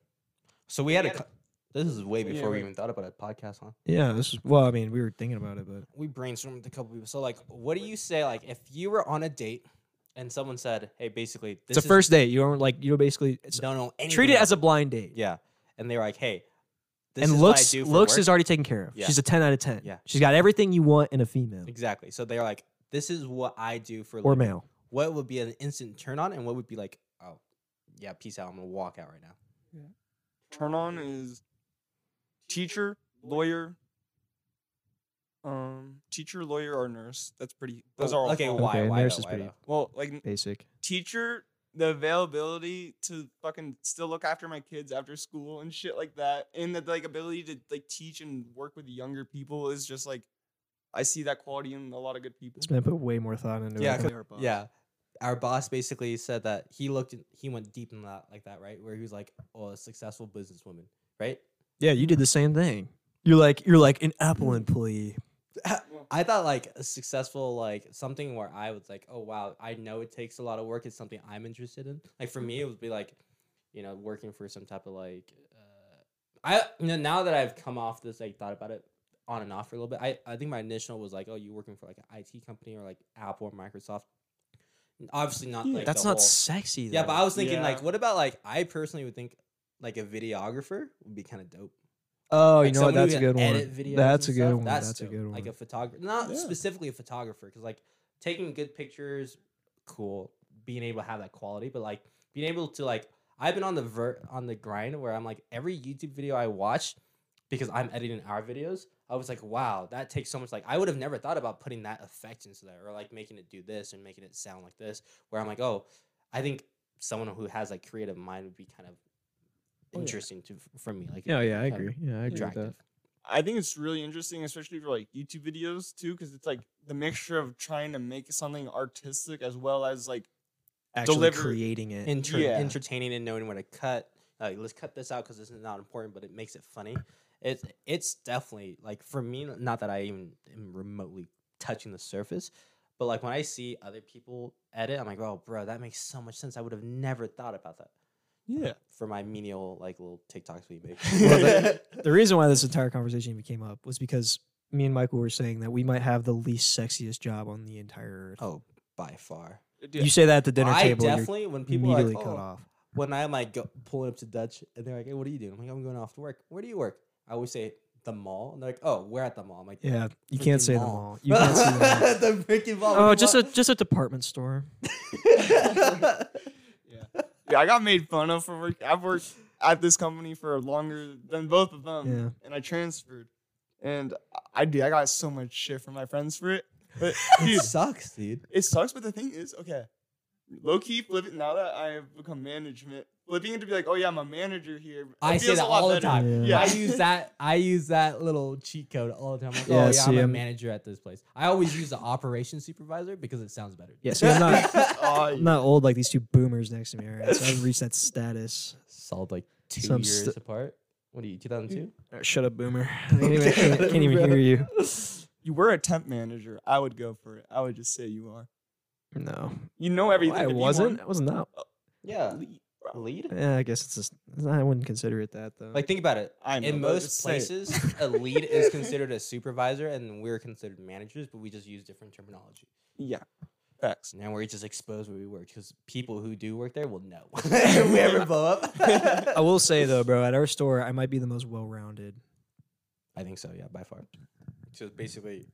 Speaker 1: So we had a. co- This is way before we even thought about a podcast, huh?
Speaker 2: Yeah. This is, well, I mean, we were thinking about it, but
Speaker 1: we brainstormed with a couple people. So like, what do you say? Like, if you were on a date and someone said, "Hey, basically, this
Speaker 2: it's
Speaker 1: is-
Speaker 2: a first date. You don't like you know basically it's,
Speaker 1: don't know anything."
Speaker 2: treat it
Speaker 1: about-
Speaker 2: as a blind date.
Speaker 1: yeah, and they were like, "Hey, this
Speaker 2: and
Speaker 1: is
Speaker 2: looks
Speaker 1: what I do for
Speaker 2: looks
Speaker 1: work.
Speaker 2: is already taken care of.
Speaker 1: Yeah.
Speaker 2: She's a ten out of ten.
Speaker 1: Yeah.
Speaker 2: She's got everything you want in a female
Speaker 1: exactly." So they're like, "This is what I do for
Speaker 2: or
Speaker 1: living.
Speaker 2: male.
Speaker 1: What would be an instant turn on, and what would be like, oh, yeah, peace out. I'm gonna walk out right now."
Speaker 3: Turn on is teacher, lawyer, um, teacher, lawyer, or nurse. That's pretty, those
Speaker 1: Oh,
Speaker 3: are all
Speaker 1: okay.
Speaker 3: fine.
Speaker 1: Why?
Speaker 2: Okay,
Speaker 1: why?
Speaker 2: nurse
Speaker 1: though,
Speaker 2: is
Speaker 1: why
Speaker 2: pretty-
Speaker 1: though?
Speaker 3: Well, like,
Speaker 2: Basic.
Speaker 3: teacher the availability to fucking still look after my kids after school and shit like that and the like ability to like teach and work with younger people is just like i see that quality in a lot of good people
Speaker 2: It's been put way more thought into
Speaker 1: Yeah,
Speaker 2: it. than-
Speaker 1: Yeah. Our boss basically said that he looked, in, he went deep in that, like that, right? Where he was like, "Oh, a successful businesswoman, right?"
Speaker 2: Yeah, you did the same thing. You're like you're like an Apple employee.
Speaker 1: I thought like a successful like something where I was like, oh wow, I know it takes a lot of work. It's something I'm interested in. Like for
Speaker 2: Mm-hmm.
Speaker 1: me, it would be like, you know, working for some type of like, uh, I you know now that I've come off this, like thought about it on and off for a little bit. I I think my initial was like, oh, you working for like an IT company or like Apple or Microsoft. Obviously not. like
Speaker 2: That's
Speaker 1: the
Speaker 2: not
Speaker 1: whole-
Speaker 2: sexy. Though.
Speaker 1: yeah, but I was thinking
Speaker 3: Yeah.
Speaker 1: like, what about like I personally would think like a videographer would be kind of dope.
Speaker 2: oh, you
Speaker 1: Like
Speaker 2: know what?
Speaker 1: someone
Speaker 2: That's
Speaker 1: who
Speaker 2: a good
Speaker 1: can
Speaker 2: one.
Speaker 1: edit videos
Speaker 2: That's a
Speaker 1: and
Speaker 2: good
Speaker 1: stuff,
Speaker 2: one. That's, a
Speaker 1: dope.
Speaker 2: good one.
Speaker 1: Like a photographer, not
Speaker 3: Yeah.
Speaker 1: specifically a photographer, because like taking good pictures, cool. Being able to have that quality, but like being able to like, I've been on the ver- on the grind where I'm like every YouTube video I watch, because I'm editing our videos. I was like, wow, that takes so much. Like I would have never thought about putting that effect into that, or like making it do this and making it sound like this. Where I'm like, oh, I think someone who has like creative mind would be kind of interesting to for me. Like,
Speaker 2: Oh, Yeah, Oh, yeah, I
Speaker 1: kind of
Speaker 2: agree. Yeah, I agree with
Speaker 1: Attractive.
Speaker 2: that.
Speaker 3: i think it's really interesting especially for like youtube videos too because it's like the mixture of trying to make something artistic as well as like
Speaker 2: Actually
Speaker 3: Deliver-
Speaker 2: creating it.
Speaker 1: Enter-
Speaker 3: Yeah.
Speaker 1: entertaining and knowing when to cut. Like, let's cut this out because this is not important, but it makes it funny. It's it's definitely like for me, not that I even am remotely touching the surface, but like when I see other people edit, I'm like, oh, bro, that makes so much sense. I would have never thought about that
Speaker 3: yeah
Speaker 1: for my menial like little TikToks we make.
Speaker 2: Well, the reason why this entire conversation even came up was because me and Michael were saying that we might have the least sexiest job on the entire
Speaker 1: *laughs*
Speaker 2: earth.
Speaker 1: oh, by far.
Speaker 2: You say that at the dinner
Speaker 1: I
Speaker 2: table, and
Speaker 1: definitely when
Speaker 2: you're
Speaker 1: people are
Speaker 2: immediately
Speaker 1: like,
Speaker 2: cut
Speaker 1: "Oh,
Speaker 2: off.
Speaker 1: when I'm like go, pulling up to Dutch and they're like, hey, what are you doing? I'm like, I'm going off to work. Where do you work? I always say the mall. And they're like, oh, we're at the mall. I'm like, *laughs*
Speaker 2: Yeah, you
Speaker 1: freaking
Speaker 2: can't say them
Speaker 1: mall.
Speaker 2: all. You can't say them all.
Speaker 1: the freaking *laughs* mall.
Speaker 2: *laughs* Oh, just a just a department store.
Speaker 1: a.
Speaker 3: yeah i got made fun of for work i've worked at this company for longer than both of them
Speaker 2: Yeah,
Speaker 3: and I transferred. And I do. I got so much shit from my friends for it.
Speaker 1: *laughs*
Speaker 3: But dude,
Speaker 1: it sucks, dude.
Speaker 3: it sucks. But the thing is, okay, low key flipping. Now that I have become management, flipping it to be like, oh yeah, I'm a manager here. it
Speaker 1: I say
Speaker 3: feels a
Speaker 1: that
Speaker 3: lot
Speaker 1: all the
Speaker 3: better. *laughs*
Speaker 1: time.
Speaker 2: Yeah.
Speaker 1: I use that. I use that little cheat code all the time. Like,
Speaker 2: Yeah,
Speaker 1: oh yeah,
Speaker 2: see,
Speaker 1: I'm a
Speaker 2: I'm-
Speaker 1: manager at this place. I always use the operations supervisor because it sounds better.
Speaker 2: Yeah, see,
Speaker 1: *laughs*
Speaker 2: I'm not-
Speaker 3: *laughs* Oh,
Speaker 2: I'm
Speaker 3: yeah.
Speaker 2: not old like these two boomers next to me. Right? So I've reached that status.
Speaker 1: Solid like two
Speaker 2: Some
Speaker 1: years
Speaker 2: st-
Speaker 1: apart. What are you? 2002.
Speaker 2: Alright, shut up, *laughs* boomer. I can't even, I can't- I can't even hear you.
Speaker 3: You were a temp manager. I would go for it. I would just say you are.
Speaker 2: No,
Speaker 3: You know everything.
Speaker 2: I
Speaker 3: that you
Speaker 2: wasn't.
Speaker 3: want.
Speaker 2: I was not.
Speaker 1: Yeah.
Speaker 3: bro.
Speaker 1: Lead.
Speaker 2: Yeah, I guess it's just. I wouldn't consider it that though.
Speaker 1: Like think about it.
Speaker 3: I know,
Speaker 1: in
Speaker 3: but
Speaker 1: most
Speaker 3: just say it.
Speaker 1: places, a lead is considered a supervisor, and we're considered managers, but we just use different terminology.
Speaker 3: Yeah. Facts.
Speaker 1: Now we're just exposed where we work because people who do work there will know *laughs* if we ever blow up.
Speaker 3: *laughs*
Speaker 2: I will say though, bro, at our store, I might be the most well-rounded.
Speaker 1: I think so, yeah, by far. Mm-hmm. So basically,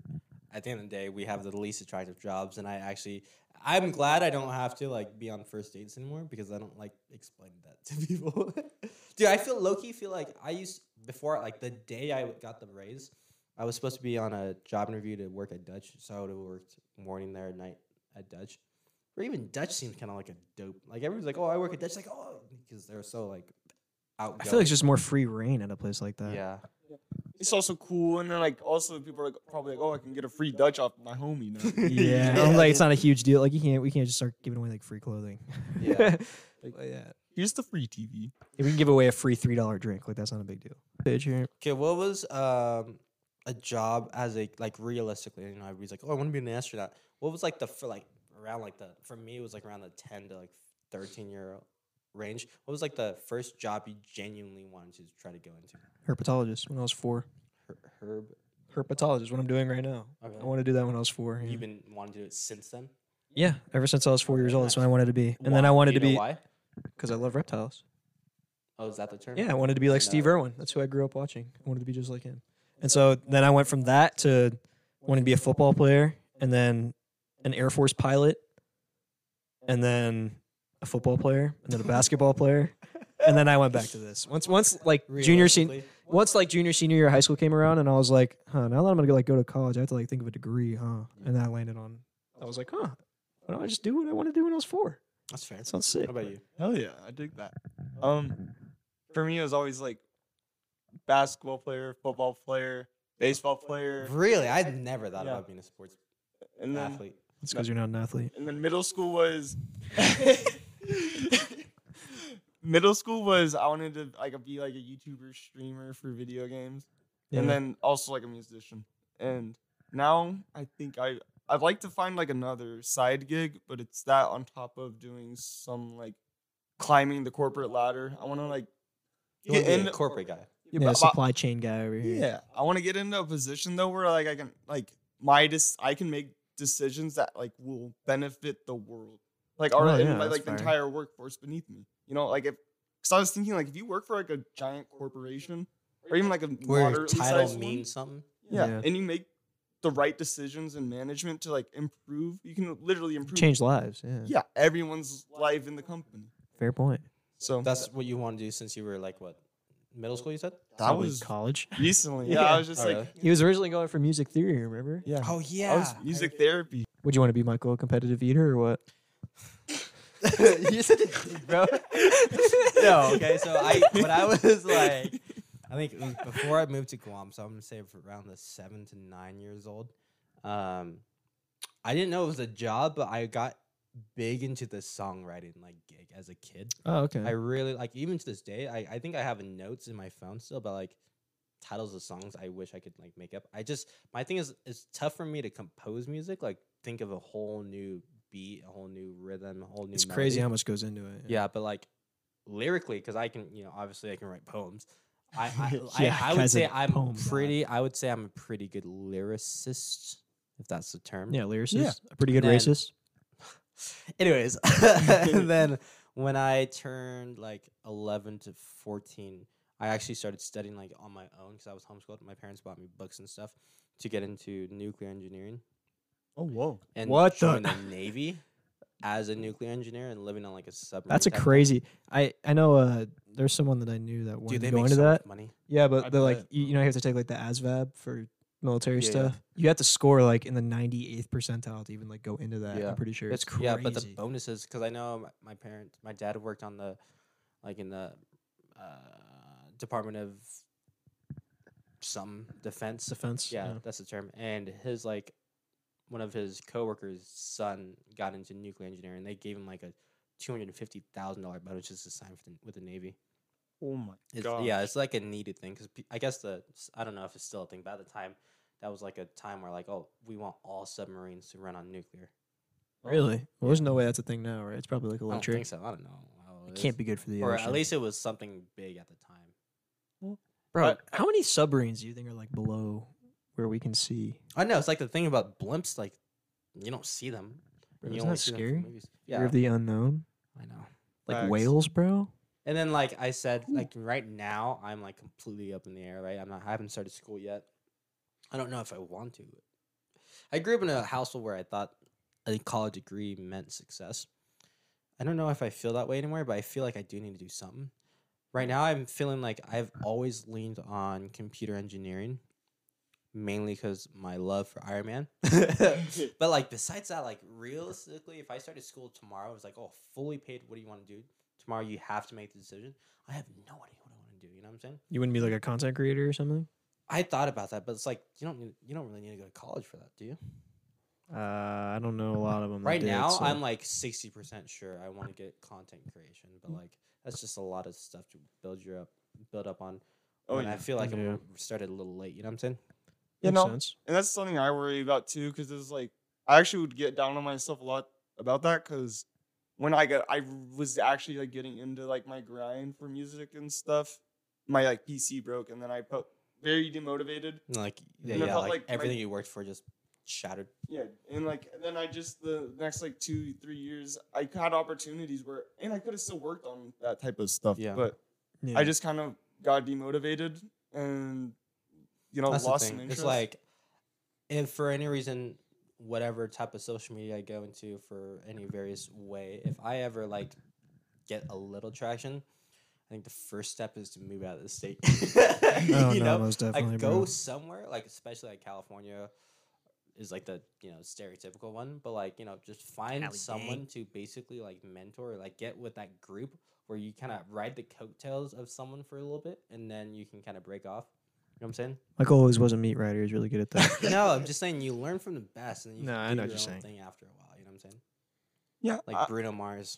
Speaker 1: at the end of the day, we have the least attractive jobs, and I actually, I'm glad I don't have to like be on first dates anymore because I don't like explaining that *laughs* to people. Dude, I feel low key feel like I used before like the day I got the raise, I was supposed to be on a job interview to work at Dutch, so I would have worked morning there, night at Dutch. Or even Dutch seems kind of like a dope. Like everyone's like, "Oh, I work at Dutch." Like, "Oh," because they're so like outgoing.
Speaker 2: I feel like it's just more free reign at a place like *laughs* that.
Speaker 1: yeah.
Speaker 3: It's also cool, and then like also people are like, probably like, oh, I can get a free Dutch off my homie. Now. *laughs*
Speaker 2: Yeah. I'm like it's not a huge deal. Like you can't we can't just start giving away like free clothing. *laughs*
Speaker 1: Yeah.
Speaker 2: But yeah.
Speaker 3: Here's the free TV.
Speaker 2: If we can give away a free three dollar drink, like that's not a big deal. Page here.
Speaker 1: Okay, what was um a job as a like realistically? You know, everybody's like, "Oh, I want to be an astronaut." What was like the for like around like the for me it was like around the ten to like thirteen year old range. What was like the first job you genuinely wanted to try to go into?
Speaker 2: Herpetologist when I was four.
Speaker 1: Her- Herb,
Speaker 2: Herpetologist, what I'm doing right now.
Speaker 1: Okay.
Speaker 2: I want to do that when I was four. Yeah.
Speaker 1: you've been wanting to do it since then.
Speaker 2: Yeah, ever since I was four years old, that's what I wanted to be. And then I wanted to be
Speaker 1: why?
Speaker 2: because I love reptiles.
Speaker 1: Oh, is that the term?
Speaker 2: Yeah, I wanted to be like Steve
Speaker 1: know.
Speaker 2: Irwin. That's who I grew up watching. I wanted to be just like him. And so then I went from that to wanting to be a football player and then an Air Force pilot and then a football player and then a basketball player. And then I went back to this. Once once like junior senior
Speaker 1: Realistically.
Speaker 2: once like junior senior year of high school came around and I was like, huh, now that I'm gonna go like go to college, I have to like think of a degree, huh? And then I landed on I was like, huh, why don't I just do what I want to do when I was four?
Speaker 1: that's fair.
Speaker 2: That sounds sick.
Speaker 1: How about you?
Speaker 3: Hell yeah, I dig that. Um, for me, it was always like basketball player, football player, baseball player,
Speaker 1: Really, I never thought
Speaker 3: Yeah.
Speaker 1: about being a sports
Speaker 3: and then
Speaker 1: athlete.
Speaker 2: It's because you're not an athlete.
Speaker 3: and then middle school was. *laughs* middle school was I wanted to like be like a YouTuber streamer for video games. and
Speaker 2: Yeah.
Speaker 3: then also like a musician. And now I think I I'd like to find like another side gig, but it's that on top of doing some like climbing the corporate ladder. I want to like
Speaker 1: You want
Speaker 3: get
Speaker 1: to be
Speaker 3: in
Speaker 1: a corporate guy.
Speaker 2: yeah,
Speaker 3: yeah, but- but-
Speaker 2: supply chain guy over here.
Speaker 3: yeah, I want to get into a position though where like I can like my dis- I can make decisions that like will benefit the world, like our
Speaker 2: Oh,
Speaker 3: and,
Speaker 2: yeah,
Speaker 3: like,
Speaker 2: that's
Speaker 3: like, the
Speaker 2: fair.
Speaker 3: entire workforce beneath me. You know, like if because I was thinking like if you work for like a giant corporation or even like a
Speaker 1: Where your
Speaker 3: moderately
Speaker 1: title
Speaker 3: sized one,
Speaker 1: means something.
Speaker 3: yeah.
Speaker 2: Yeah.
Speaker 3: And you make the right decisions in management to like improve. You can literally improve.
Speaker 2: Change lives. Yeah.
Speaker 3: Yeah, everyone's life in the company.
Speaker 2: Fair point.
Speaker 3: So
Speaker 1: That's what you want to do since you were like what middle school? You said.
Speaker 3: that was
Speaker 1: *laughs*
Speaker 2: college.
Speaker 3: recently. Yeah, I was just
Speaker 1: Oh,
Speaker 3: like,
Speaker 1: really?
Speaker 2: He was originally going for music theory, remember?
Speaker 3: yeah,
Speaker 1: Oh
Speaker 3: I was
Speaker 1: yeah. *laughs*
Speaker 3: music therapy.
Speaker 2: Would you want to be Michael, a competitive eater or what?
Speaker 1: you said it, did, *laughs* bro. no, okay. So
Speaker 3: *laughs*
Speaker 1: I when I was like, I think it was before I moved to Guam. So I'm gonna say for around the seven to nine years old. Um, I didn't know it was a job, but I got big into the songwriting like gig as a kid.
Speaker 2: Oh, okay.
Speaker 1: I really like even to this day. I I think I have notes in my phone still, but like titles of songs I wish I could like make up. I just my thing is it's tough for me to compose music. Like think of a whole new beat, a whole new rhythm, a whole new.
Speaker 2: it's crazy
Speaker 1: melody.
Speaker 2: how much goes into it.
Speaker 1: Yeah, but like lyrically, because I can, you know, obviously I can write poems.
Speaker 2: *laughs*
Speaker 1: I I,
Speaker 2: Yeah,
Speaker 1: I, I would
Speaker 2: guy's a
Speaker 1: say I'm
Speaker 2: poem god.
Speaker 1: pretty. I would say I'm a pretty good lyricist, if that's the term.
Speaker 2: Yeah, lyricist. A pretty good
Speaker 1: And then-
Speaker 2: racist. *laughs*
Speaker 1: Anyways, *laughs* and then when I turned like 11 to 14, I actually started studying like on my own because I was homeschooled. My parents bought me books and stuff to get into nuclear engineering
Speaker 3: Oh whoa!
Speaker 1: and
Speaker 2: What the-
Speaker 1: join
Speaker 2: *laughs*
Speaker 1: the Navy as a nuclear engineer and living on like a submarine.
Speaker 2: That's a
Speaker 1: type thing.
Speaker 2: crazy. I I know. Uh, there's someone that I knew that wanted
Speaker 1: Dude, they
Speaker 2: to go
Speaker 1: make
Speaker 2: into
Speaker 1: so much
Speaker 2: that.
Speaker 1: money.
Speaker 2: Yeah, but
Speaker 3: I
Speaker 2: they're like
Speaker 3: bet.
Speaker 2: you, you know you have to take like the ASVAB for military
Speaker 1: Yeah, yeah.
Speaker 2: stuff. You have to score like in the 98th percentile to even like go into that.
Speaker 1: Yeah.
Speaker 2: I'm pretty sure.
Speaker 1: It's
Speaker 2: It's crazy.
Speaker 1: Yeah, but the bonuses because I know my, my parents, my dad worked on the, like in the, uh, Department of, some defense.
Speaker 2: defense.
Speaker 1: Yeah, that's the term. And his like, one of his coworkers' son got into nuclear engineering. They gave him like a two hundred fifty thousand dollar bonus just to sign with the, with the Navy.
Speaker 3: Oh my
Speaker 1: It's,
Speaker 3: god!
Speaker 1: yeah, it's like a needed thing because I guess the s- I don't know if it's still a thing, but at the time, that was like a time where like, oh, we want all submarines to run on nuclear.
Speaker 2: Really? Well, there's no way that's a thing now, right? It's probably like
Speaker 1: I don't
Speaker 2: electric.
Speaker 1: think so. I don't know. how
Speaker 2: It
Speaker 1: is.
Speaker 2: can't be good for the
Speaker 1: or
Speaker 2: ocean.
Speaker 1: at least it was something big at the time.
Speaker 2: Bro,
Speaker 3: I-
Speaker 2: how many submarines do you think are like below where we can see?
Speaker 1: I know it's like the thing about blimps, like you don't see them.
Speaker 2: Bro,
Speaker 1: you
Speaker 2: isn't
Speaker 1: only
Speaker 2: that
Speaker 1: see them from
Speaker 2: scary?
Speaker 1: movies.
Speaker 2: Yeah.
Speaker 1: Yeah,
Speaker 2: of the unknown,
Speaker 1: I know.
Speaker 2: like
Speaker 3: Facts.
Speaker 2: whales, bro.
Speaker 1: And then like I said, like right now I'm like completely up in the air. Right, I'm not. I haven't started school yet. I don't know if I want to. I grew up in a household where I thought a college degree meant success. I don't know if I feel that way anymore, but I feel like I do need to do something. Right now, I'm feeling like I've always leaned on computer engineering mainly because my love for Iron Man. *laughs* but like besides that, like realistically, if I started school tomorrow, it was like, oh, fully paid. What do you want to do tomorrow? You have to make the decision. I have no idea what I want to do. You know what I'm saying?
Speaker 2: You wouldn't be like a content creator or something?
Speaker 1: I thought about that, but it's like you don't need, you don't really need to go to college for that, do you?
Speaker 2: Uh, I don't know a lot
Speaker 3: Mm,
Speaker 2: of them.
Speaker 1: Right now,
Speaker 2: uh,
Speaker 1: I'm like sixty percent sure I want to get content creation, but like that's just a lot of stuff to build your up, build up on.
Speaker 3: Oh,
Speaker 1: and
Speaker 3: yeah.
Speaker 1: I feel like
Speaker 2: Yeah.
Speaker 1: I'm started a little late. You know what I'm saying?
Speaker 3: you
Speaker 2: Makes
Speaker 3: know,
Speaker 2: sense.
Speaker 3: and that's something I worry about too, because it's like I actually would get down on myself a lot about that, because when I got, I was actually like getting into like my grind for music and stuff. My like PC broke, and then I felt very demotivated.
Speaker 1: And, Like yeah,
Speaker 3: And I
Speaker 1: yeah,
Speaker 3: felt
Speaker 1: like,
Speaker 3: like my-
Speaker 1: everything you worked for just shattered.
Speaker 3: Yeah, and like then I just the next like two three years I had opportunities where and I could have still worked on that type of stuff.
Speaker 1: Yeah.
Speaker 3: but
Speaker 2: Yeah. *laughs*
Speaker 3: I just *laughs* kind of got demotivated and you know
Speaker 1: That's the
Speaker 3: lost some
Speaker 1: thing.
Speaker 3: Oh, interest.
Speaker 1: It's like if for any reason, whatever type of social media I go into for any various way, if I ever like get a little traction, I think the first step is to move out of the state. *laughs*
Speaker 2: oh,
Speaker 1: you
Speaker 2: no,
Speaker 1: know,
Speaker 2: most definitely.
Speaker 1: like
Speaker 2: bro.
Speaker 1: go somewhere, like especially like California is like the you know stereotypical one, but like you know just find
Speaker 2: Cali
Speaker 1: someone to basically like mentor, like get with that group where you kind of ride the coattails of someone for a little bit, and then you can kind of break off. You know what I'm saying?
Speaker 2: Michael always was a meat writer. He's really good at
Speaker 3: *laughs*
Speaker 2: that.
Speaker 1: no,
Speaker 2: *laughs*
Speaker 1: I'm just saying you learn from the best, and then you
Speaker 2: No,
Speaker 1: can
Speaker 2: I
Speaker 1: do
Speaker 2: know what
Speaker 1: your
Speaker 2: you're
Speaker 1: own
Speaker 2: saying.
Speaker 1: thing after a while. You know what I'm saying?
Speaker 3: yeah,
Speaker 1: Like Bruno Mars.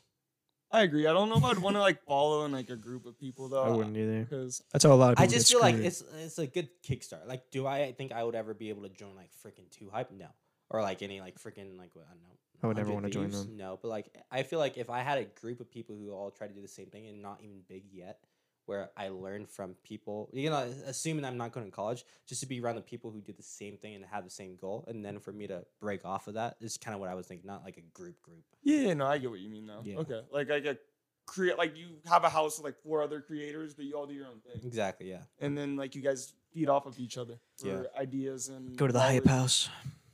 Speaker 3: I, I agree. I don't know if I'd want to like follow in like a group of people though.
Speaker 2: I wouldn't either.
Speaker 3: because
Speaker 2: That's how a lot of
Speaker 1: I
Speaker 2: people.
Speaker 1: just
Speaker 2: get
Speaker 1: feel like
Speaker 2: screwed.
Speaker 1: it's it's a good kickstart. Like, do I think I would ever be able to join like freaking Two Hype? No, or like any like freaking like what- I don't know.
Speaker 2: I would never
Speaker 1: 100
Speaker 2: wanna join
Speaker 1: Thieves?
Speaker 2: them.
Speaker 1: No, but like I feel like if I had a group of people who all try to do the same thing and not even big yet, where I learned from people, you know, assuming I'm not going to college, just to be around the people who do the same thing and have the same goal, and then for me to break off of that is kind of what I was thinking. Not like a group group.
Speaker 3: yeah, no, I get what you mean though.
Speaker 1: Yeah.
Speaker 3: Okay, like I get create like you have a house with like four other creators, but you all do your own thing,
Speaker 1: Exactly. Yeah.
Speaker 3: and then like you guys feed off of each other for
Speaker 1: Yeah.
Speaker 3: ideas and
Speaker 2: go to the hype
Speaker 3: knowledge.
Speaker 2: house.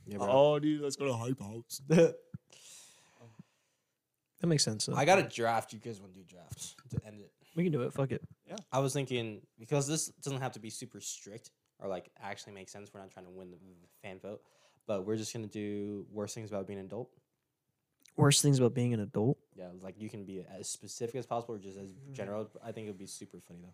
Speaker 1: Yeah, bro.
Speaker 3: Oh, dude, let's go to the hype house. *laughs*
Speaker 2: That makes sense. Though.
Speaker 1: I got a draft. You guys want to do drafts to end it?
Speaker 2: we can do it. Fuck it.
Speaker 1: I was thinking because this doesn't have to be super strict or like actually make sense. We're not trying to win the fan vote, but we're just gonna do worst things about being an adult.
Speaker 2: Worst things about being an adult.
Speaker 1: Yeah, it's like you can be as specific as possible or just as general. I think it would be super funny though,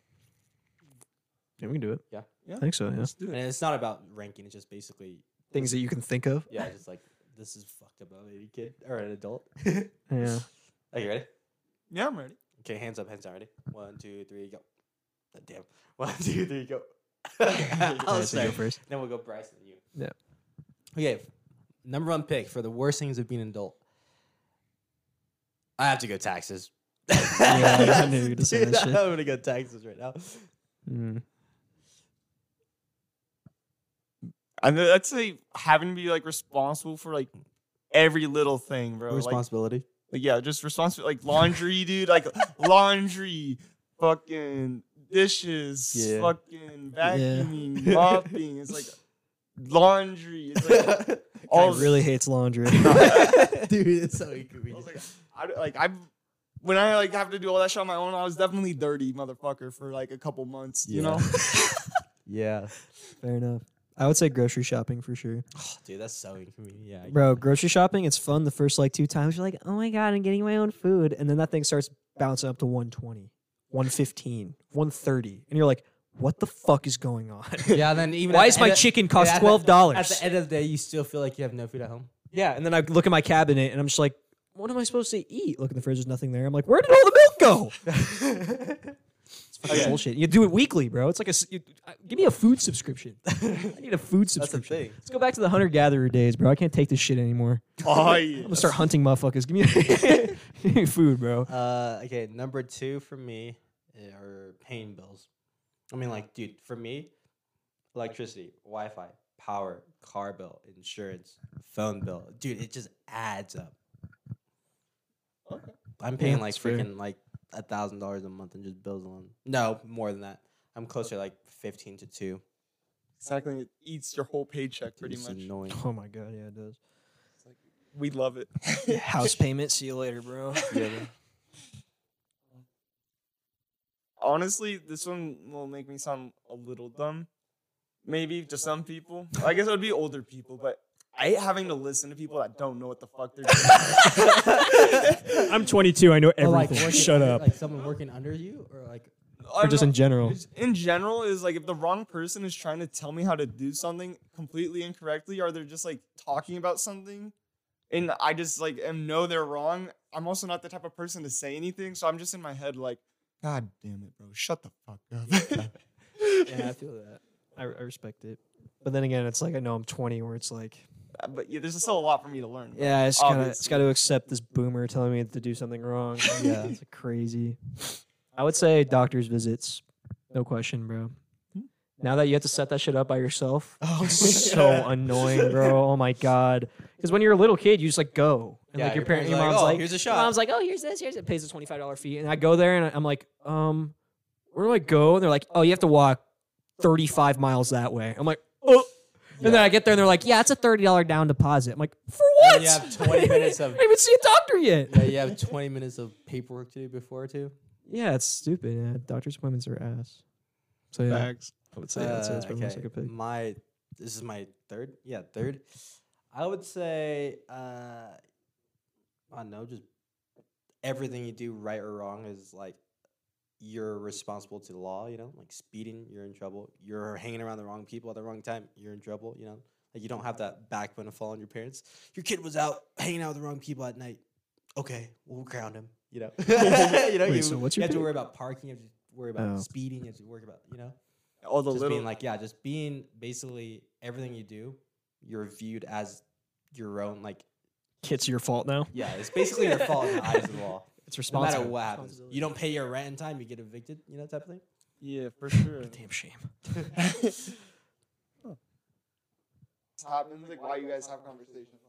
Speaker 2: Yeah, we can do it.
Speaker 1: Yeah.
Speaker 3: Yeah.
Speaker 2: I think so. Yeah.
Speaker 3: Let's do it.
Speaker 1: and it's not about ranking. It's just basically
Speaker 2: Things that you can think of.
Speaker 1: *laughs* yeah, just like this is fucked up about a kid or an adult.
Speaker 2: Yeah.
Speaker 1: *laughs* Are you ready?
Speaker 3: Yeah, I'm ready.
Speaker 1: Okay, hands up, hands down. Ready? One, two, three, go. Ah, Damn. One, *laughs* two, three, go. I'll
Speaker 2: Alright, so you go
Speaker 1: start.
Speaker 2: first.
Speaker 1: Then we'll go Bryson and you.
Speaker 2: Yeah.
Speaker 1: Okay, f- number one pick for the worst things of being an adult. I have to go taxes.
Speaker 2: I knew you were gonna say
Speaker 1: Dude,
Speaker 2: that shit.
Speaker 1: I'm gonna go taxes right now.
Speaker 2: Mm.
Speaker 3: And th- that's like having to be like responsible for like every little thing, bro. Like,
Speaker 1: Responsibility.
Speaker 3: like, yeah, just responsible like laundry,
Speaker 1: *laughs*
Speaker 3: dude. Like laundry, fucking dishes,
Speaker 1: Yeah.
Speaker 3: fucking vacuuming,
Speaker 1: Yeah. *laughs*
Speaker 3: mopping. It's like laundry. It's like all
Speaker 2: All really hates *laughs* laundry.
Speaker 1: *laughs* Dude, it's so
Speaker 3: I
Speaker 1: inconvenient.
Speaker 3: was like, I, don't- like I've when I like have to do all that shit on my own, I was definitely dirty motherfucker for like a couple months, you
Speaker 1: Yeah. *laughs*
Speaker 3: know.
Speaker 1: Yeah.
Speaker 2: Fair enough. I would say grocery shopping for *sighs* sure.
Speaker 1: Dude, that's so inconvenient. Yeah. I-
Speaker 2: Bro, grocery shopping, it's fun the first like two times. You're like, oh my God, I'm getting my own food. And then that thing starts bouncing up to 120, 115, 130. And you're like, what the fuck is going on? *laughs*
Speaker 1: Yeah, then even
Speaker 2: Why
Speaker 1: at
Speaker 2: is
Speaker 1: the
Speaker 2: my
Speaker 1: end of- *laughs*
Speaker 2: chicken cost
Speaker 1: at the-
Speaker 2: $12?
Speaker 1: At the end of the day, you still feel like you have no food at home.
Speaker 2: Yeah, and then I look at my cabinet and I'm just like, what am I supposed to eat? Look in the fridge, there's nothing there. I'm like, where did all the milk go? *laughs* Oh, it's fucking
Speaker 3: Okay.
Speaker 2: bullshit. You do it weekly, bro. It's like a s- you, I- give me a food *laughs* subscription. I need a food subscription.
Speaker 1: thing.
Speaker 2: Let's go back to the hunter gatherer days, bro. I can't take this shit anymore.
Speaker 3: oh, yeah.
Speaker 2: I'm
Speaker 1: *laughs*
Speaker 2: gonna start hunting motherfuckers. Give me, *laughs* give me food, bro.
Speaker 1: Uh, okay, number two for me eh, are paying bills. I mean, like, dude, for me, electricity, Wi-Fi, power, car bill, insurance, phone bill, dude, it just adds up.
Speaker 3: Okay.
Speaker 1: I'm paying like
Speaker 2: that's fair.
Speaker 1: freaking like a thousand dollars a month in just bills alone. No, more than that. I'm closer to like fifteen to two.
Speaker 3: Exactly, it eats your whole paycheck pretty
Speaker 1: it's
Speaker 3: much.
Speaker 2: *laughs*
Speaker 1: annoying.
Speaker 2: Oh my god, yeah, it does.
Speaker 3: We love it. *laughs*
Speaker 2: House payment. See you later, *laughs* bro.
Speaker 1: Yeah, dude.
Speaker 3: honestly, this one will make me sound a little dumb, maybe to some people. I guess it would be older people, but I hate having to listen to people that don't know what the fuck they're doing.
Speaker 5: I'm 22. I know
Speaker 6: Or,
Speaker 5: everything.
Speaker 6: like working
Speaker 5: Shut
Speaker 6: under-
Speaker 5: up.
Speaker 6: Like someone working under you, or like
Speaker 2: *laughs*
Speaker 3: I
Speaker 2: or
Speaker 3: don't
Speaker 2: just
Speaker 3: know.
Speaker 2: in *laughs* general.
Speaker 3: It's- in general is like if the wrong person is trying to tell me how to do something completely incorrectly or they're just like talking about something and i just like am know they're wrong i'm also not the type of person to say anything so i'm just in my head like god damn it bro shut the fuck up
Speaker 6: yeah, I feel that.
Speaker 2: I, I respect it, but then again, it's like I know I'm 20, where it's like,
Speaker 3: Uh, but yeah there's still a lot for me to learn *laughs* bro.
Speaker 2: yeah, it's kind of it's
Speaker 3: Obviously.
Speaker 2: got to accept this boomer telling me to do something *laughs* wrong.
Speaker 1: Yeah.
Speaker 2: it's like crazy. I would say doctor's visits, no question, bro. Hmm? Now that you have to set that shit up by yourself,
Speaker 3: oh
Speaker 1: *laughs*
Speaker 2: so annoying, bro. Oh my god. Because when you're a little kid, you just like go. And
Speaker 1: Yeah,
Speaker 2: like your,
Speaker 1: your
Speaker 2: parent,
Speaker 1: parents
Speaker 2: your
Speaker 1: are like,
Speaker 2: mom's
Speaker 1: "Oh,
Speaker 2: like,
Speaker 1: here's a
Speaker 2: your
Speaker 1: shot."
Speaker 2: Mom's like, oh, here's this, here's it. Pays the twenty five dollar fee, and I go there and I'm like, um, where do I go? And they're like, oh, you have to walk thirty five miles that way. I'm like, oh. And then I get there and they're like, yeah, it's a thirty dollar down deposit. I'm like, for what?
Speaker 1: And you have 20 minutes of-
Speaker 2: *laughs* I didn't even see a doctor yet.
Speaker 1: Yeah, you
Speaker 6: *laughs*
Speaker 1: have 20 minutes of paperwork to do before too.
Speaker 2: Yeah, it's stupid. Yeah, doctor's appointments are ass. So yeah, I would say that's, that's
Speaker 1: Uh,
Speaker 2: probably my second pick.
Speaker 1: My this is my third. Yeah, third. I would say uh I don't know, just everything you do right or wrong is like you're responsible to the law, you know? Like speeding, you're in trouble. You're hanging around the wrong people at the wrong time, you're in trouble, you know? Like you don't have that backbone to fall on your parents. Your kid was out hanging out with the wrong people at night. Okay, we'll ground him. You know, *laughs* you know,
Speaker 2: Wait,
Speaker 1: you,
Speaker 2: so what's
Speaker 1: you
Speaker 2: your
Speaker 1: have to
Speaker 2: pick?
Speaker 1: worry about parking, you have to worry about
Speaker 2: Oh.
Speaker 1: speeding, you have to worry about, you know
Speaker 3: all the
Speaker 1: just
Speaker 3: little
Speaker 1: being like yeah just being basically everything you do you're viewed as your own like
Speaker 2: It's your fault now.
Speaker 1: yeah it's basically your fault
Speaker 2: *laughs*
Speaker 1: in the eyes of the law
Speaker 2: It's
Speaker 1: no matter
Speaker 2: responsible.
Speaker 1: what happens you don't pay your rent in time you get evicted you know type of
Speaker 2: *laughs*
Speaker 1: thing
Speaker 3: yeah for sure
Speaker 2: Damn shame.
Speaker 4: happens like why you guys have conversations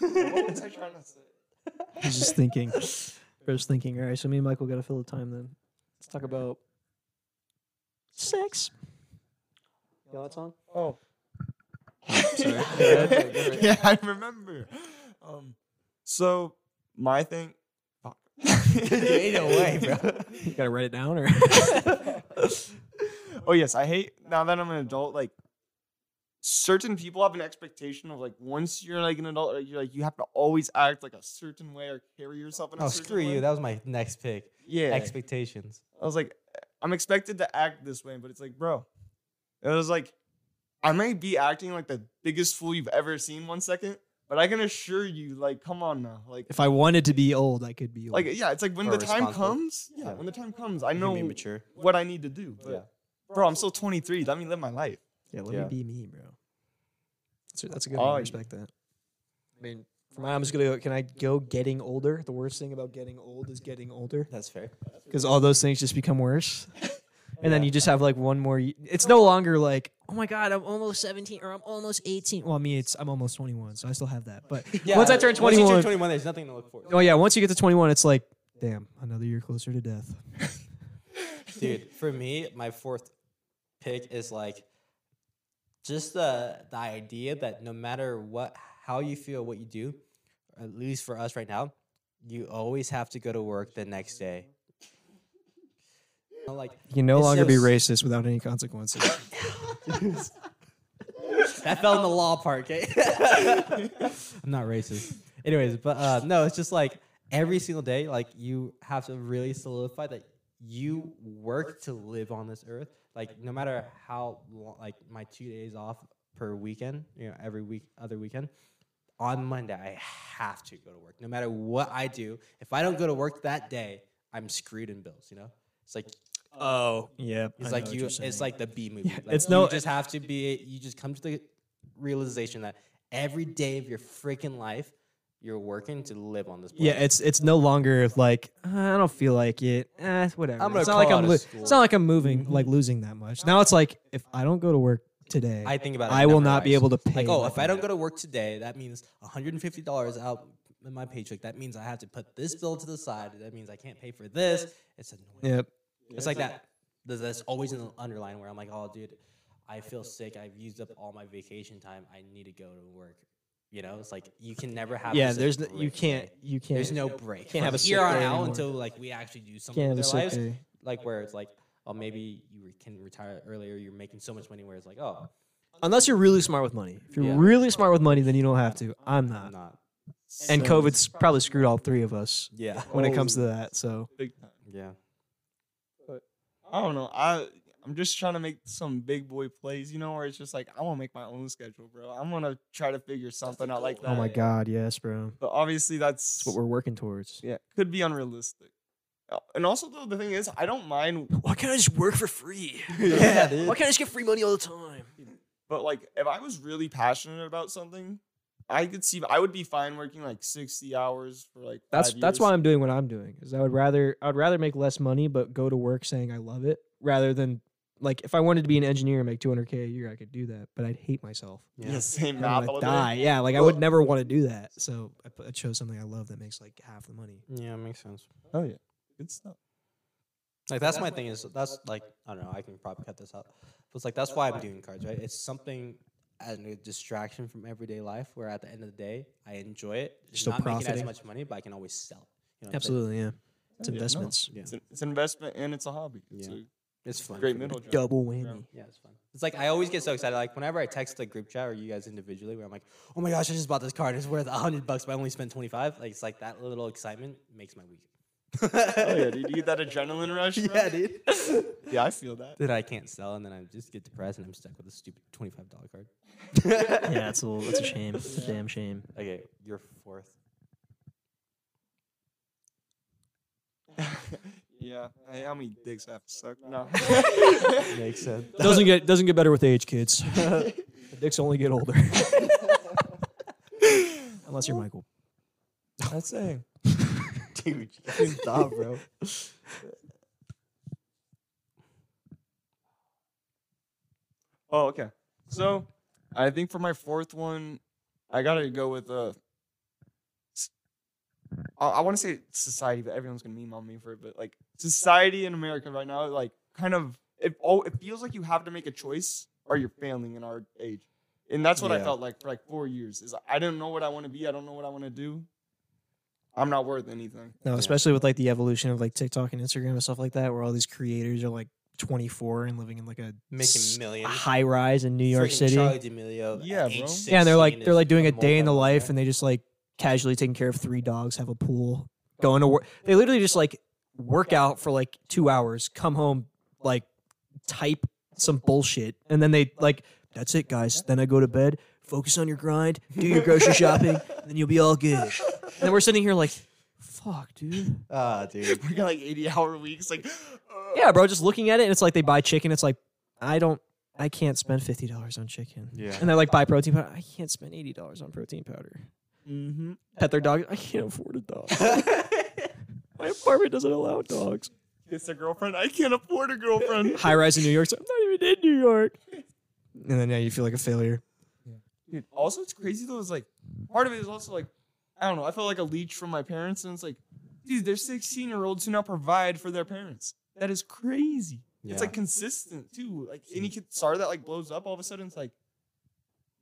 Speaker 4: sometimes.
Speaker 1: *laughs*
Speaker 4: what was I trying to say?
Speaker 2: I was just thinking. I was thinking, all right, so me and Michael got to fill the time then. Let's talk about sex. You know that song?
Speaker 3: oh *laughs*
Speaker 1: Yeah.
Speaker 3: yeah, I remember. Um, so my thing. Fuck.
Speaker 1: *laughs* ain't no way, bro.
Speaker 2: You got to write it down or?
Speaker 3: *laughs*
Speaker 1: *laughs*
Speaker 3: oh yes, I hate now that I'm an adult. Like certain people have an expectation of like once you're like an adult, like, you're like you have to always act like a certain way or carry yourself in a
Speaker 1: oh
Speaker 3: certain
Speaker 1: screw
Speaker 3: way.
Speaker 1: you that was my next pick
Speaker 3: yeah,
Speaker 1: expectations
Speaker 3: I was like, I'm expected to act this way, but it's like, bro, it was like, I may be acting like the biggest fool you've ever seen one second, but I can assure you, like, come on now, like,
Speaker 2: *laughs* if I wanted to be old, I could be old.
Speaker 3: like yeah, it's like when
Speaker 1: Or
Speaker 3: the time
Speaker 1: responsible.
Speaker 3: comes, yeah,
Speaker 1: Yeah.
Speaker 3: when the time comes, I
Speaker 1: You
Speaker 3: know
Speaker 1: can be mature
Speaker 3: what I need to do. But
Speaker 1: Yeah.
Speaker 3: bro, I'm still 23. Let me live my life.
Speaker 2: yeah, let
Speaker 1: yeah.
Speaker 2: me be me, bro. That's a, that's a good
Speaker 3: Oh,
Speaker 2: one. I
Speaker 3: yeah.
Speaker 2: respect that. I mean, for mine, I'm just going to go, can I go getting older? The worst thing about getting old is getting older.
Speaker 1: that's fair
Speaker 2: because all those things just become *laughs* worse. And then you just have like one more. y- It's no longer like, oh my god, I'm almost 17 or I'm almost 18. Well, I mean, it's I'm almost 21, so I still have that. *laughs* But once I turn
Speaker 1: once you
Speaker 2: 21,
Speaker 1: turn 21 there's nothing to look for
Speaker 2: oh yeah, once you get to 21, it's like, damn, another year closer to death.
Speaker 1: dude for me my fourth pick is like just the the idea that no matter what how you feel what you do at least for us right now you always have to go to work the next day *laughs* You know, like
Speaker 2: You can no
Speaker 1: It's
Speaker 2: longer be
Speaker 1: just-
Speaker 2: racist without any *laughs* consequences.
Speaker 1: that fell in the law part okay *laughs* i'm not racist anyways but uh no it's just like every single day like you have to really solidify that you work to live on this earth like no matter how long like my two days off per weekend you know every week other weekend on monday i have to go to work no matter what i do if i don't go to work that day i'm screwed in bills you know it's like
Speaker 2: oh yeah,
Speaker 1: it's like you. It's like the B movie.
Speaker 2: Yeah,
Speaker 1: like
Speaker 2: it's
Speaker 1: you
Speaker 2: no-
Speaker 1: Just have to be. You just come to the realization that every day of your freaking life, you're working to live on this.
Speaker 2: Yeah,
Speaker 1: Planet.
Speaker 2: it's it's no longer like "Uh, I don't feel like it. Eh, it's whatever.
Speaker 1: I'm gonna
Speaker 2: it's not like
Speaker 1: call out
Speaker 2: I'm
Speaker 1: of
Speaker 2: lo-
Speaker 1: school.
Speaker 2: it's not like I'm moving like losing that much. Now it's like if I don't go to work today,
Speaker 1: I think about. it
Speaker 2: I will
Speaker 1: never
Speaker 2: not be
Speaker 1: twice.
Speaker 2: able to pay.
Speaker 1: Like, oh,
Speaker 2: my
Speaker 1: if I
Speaker 2: bill.
Speaker 1: don't go to work today, that means 150 dollars out in my paycheck. That means I have to put this bill to the side. That means I can't pay for this. It's annoying.
Speaker 2: Yep.
Speaker 1: It's like that. That's, that's always in the underline where I'm like, oh, dude, I feel sick. I've used up all my vacation time. I need to go to work. You know, it's like you can never have.
Speaker 2: Yeah,
Speaker 1: just a
Speaker 2: there's no, you
Speaker 1: break
Speaker 2: can't
Speaker 1: day.
Speaker 2: you can't
Speaker 1: There's no break.
Speaker 2: can't
Speaker 1: from
Speaker 2: have a sick
Speaker 1: here on
Speaker 2: day
Speaker 1: out
Speaker 2: anymore.
Speaker 1: until like we actually do something
Speaker 2: can't have a
Speaker 1: with our
Speaker 2: sick
Speaker 1: lives.
Speaker 2: day.
Speaker 1: Like where it's like, oh, maybe you re- can retire earlier. You're making so much money where it's like, oh,
Speaker 2: Unless you're really smart with money. If you're
Speaker 1: Yeah.
Speaker 2: really smart with money, then you don't have to. I'm
Speaker 1: I'm
Speaker 2: not.
Speaker 1: not.
Speaker 2: And
Speaker 3: So-
Speaker 2: COVID's probably screwed all three of us
Speaker 1: Yeah.
Speaker 2: when it comes to that. So
Speaker 3: Big time.
Speaker 1: *laughs* Yeah.
Speaker 3: I don't know. I I'm just trying to make some big boy plays, you know, where it's just like I want to make my own schedule, bro. I'm gonna try to figure something out like that.
Speaker 2: Oh my god, yes, bro.
Speaker 3: But obviously, that's
Speaker 2: That's what we're working towards.
Speaker 3: yeah could be unrealistic. Uh, And also, though, the thing is, I don't mind.
Speaker 2: Why can't I just work for *laughs* free?
Speaker 1: Yeah, dude.
Speaker 2: Why can't I just get free money all the time?
Speaker 3: But like, if I was really passionate about something, I could see. I would be fine working like 60 hours for like.
Speaker 2: That's
Speaker 3: five
Speaker 2: that's
Speaker 3: years.
Speaker 2: why I'm doing what I'm doing. Is I would rather I'd rather make less money but go to work saying I love it rather than like if I wanted to be an engineer and make 200k a year, I could do that, but I'd hate myself.
Speaker 1: Yeah.
Speaker 3: Yeah, same
Speaker 2: And I
Speaker 3: math all
Speaker 2: would
Speaker 3: day.
Speaker 2: die. Yeah, like I
Speaker 3: Well-
Speaker 2: would never want to do that. So I, put, I chose something I love that makes like half the money.
Speaker 1: Yeah, it makes sense.
Speaker 3: Oh yeah, good stuff.
Speaker 1: Like that's, my thing is that's like I don't know I can probably cut this out. But it's like that's why I'm doing cards, right? It's something as a distraction from everyday life. Where at the end of the day, I enjoy it. It's
Speaker 2: Still
Speaker 1: not making
Speaker 2: profiting.
Speaker 1: as much money, but I can always sell. You know what I'm saying?
Speaker 2: Absolutely, yeah. It's
Speaker 3: Yeah, no.
Speaker 2: investments.
Speaker 1: Yeah.
Speaker 3: It's, an, it's an investment and it's a hobby. It's
Speaker 1: Yeah. It's
Speaker 3: a
Speaker 1: fun.
Speaker 3: great
Speaker 1: for me.
Speaker 3: middle ground.
Speaker 2: Double whammy.
Speaker 1: Yeah, it's fun. It's like I always get so excited. Like whenever I text the group chat or you guys individually, where I'm like, "Oh my gosh, I just bought this card. It's worth hundred bucks, but I only spent 25." Like it's like that little excitement makes my week.
Speaker 3: Oh yeah, dude, you get that adrenaline rush.
Speaker 1: *laughs*
Speaker 3: bro?
Speaker 1: yeah, *laughs* dude.
Speaker 3: Yeah, I feel that.
Speaker 1: then I can't sell, and then I just get depressed, and I'm stuck with a stupid twenty-five dollar card.
Speaker 2: yeah, it's a little, it's a shame. It's a damn shame.
Speaker 1: Okay, you're fourth.
Speaker 3: yeah. Hey, how many dicks I have to suck? No.
Speaker 1: Makes sense.
Speaker 2: *laughs* Doesn't get doesn't get better with
Speaker 1: *laughs*
Speaker 2: age, kids. the dicks only get older. Unless you're Michael.
Speaker 3: That's saying.
Speaker 1: Dude,
Speaker 3: Stop, bro. Oh, okay. So, I think for my fourth one, I gotta go with uh, s- I, want to say society, but everyone's gonna meme on me for it. But like society in America right now, like kind of it. Oh, it feels like you have to make a choice, or you're failing in our age. And that's what I
Speaker 1: Yeah.
Speaker 3: felt like for like four years. Is I don't know what I want to be. I don't know what I want to do. I'm not worth anything. *laughs*
Speaker 2: No, especially with like the evolution of like TikTok and Instagram and stuff like that, where all these creators are like 24 and living in like a
Speaker 1: making millions.
Speaker 2: high rise in New York
Speaker 1: Freaking
Speaker 2: City.
Speaker 1: Charli D'Amelio. at
Speaker 3: Yeah,
Speaker 1: age
Speaker 3: bro.
Speaker 2: yeah, and
Speaker 1: 16
Speaker 2: they're like they're
Speaker 1: is
Speaker 2: like doing a
Speaker 1: fucking
Speaker 2: day in the
Speaker 1: multi-millionaire.
Speaker 2: life, and they just like casually taking care of three dogs, have a pool, going to work. They literally just like work out for like two hours, come home, like type some bullshit, and then they like that's it, guys. Then I go to bed, focus on your grind, do your grocery shopping, and then you'll be all good. And then we're sitting here like, fuck, dude.
Speaker 1: Ah, dude.
Speaker 3: we got like 80 hour weeks. Like, *gasps*
Speaker 2: Yeah, bro. Just looking at it, and it's like they buy chicken. It's like I don't, I can't spend fifty dollars on chicken.
Speaker 1: Yeah.
Speaker 2: And they're like buy protein powder. I can't spend eighty dollars on protein powder.
Speaker 3: mm-hmm.
Speaker 2: Pet their dog. I can't afford a
Speaker 3: *laughs*
Speaker 2: dog. My apartment doesn't allow
Speaker 3: *laughs*
Speaker 2: dogs.
Speaker 3: it's a girlfriend. I can't afford a girlfriend.
Speaker 2: High rise in New York. So I'm not even in New York. And then yeah, you feel like a failure.
Speaker 3: Dude, also, it's crazy though. It's like part of it is also like, I don't know. I felt like a leech from my parents, and it's like, dude, they're 16 year olds who now provide for their parents. That is crazy. It's like consistent too. Like any kid star that like blows up all of a sudden, it's like,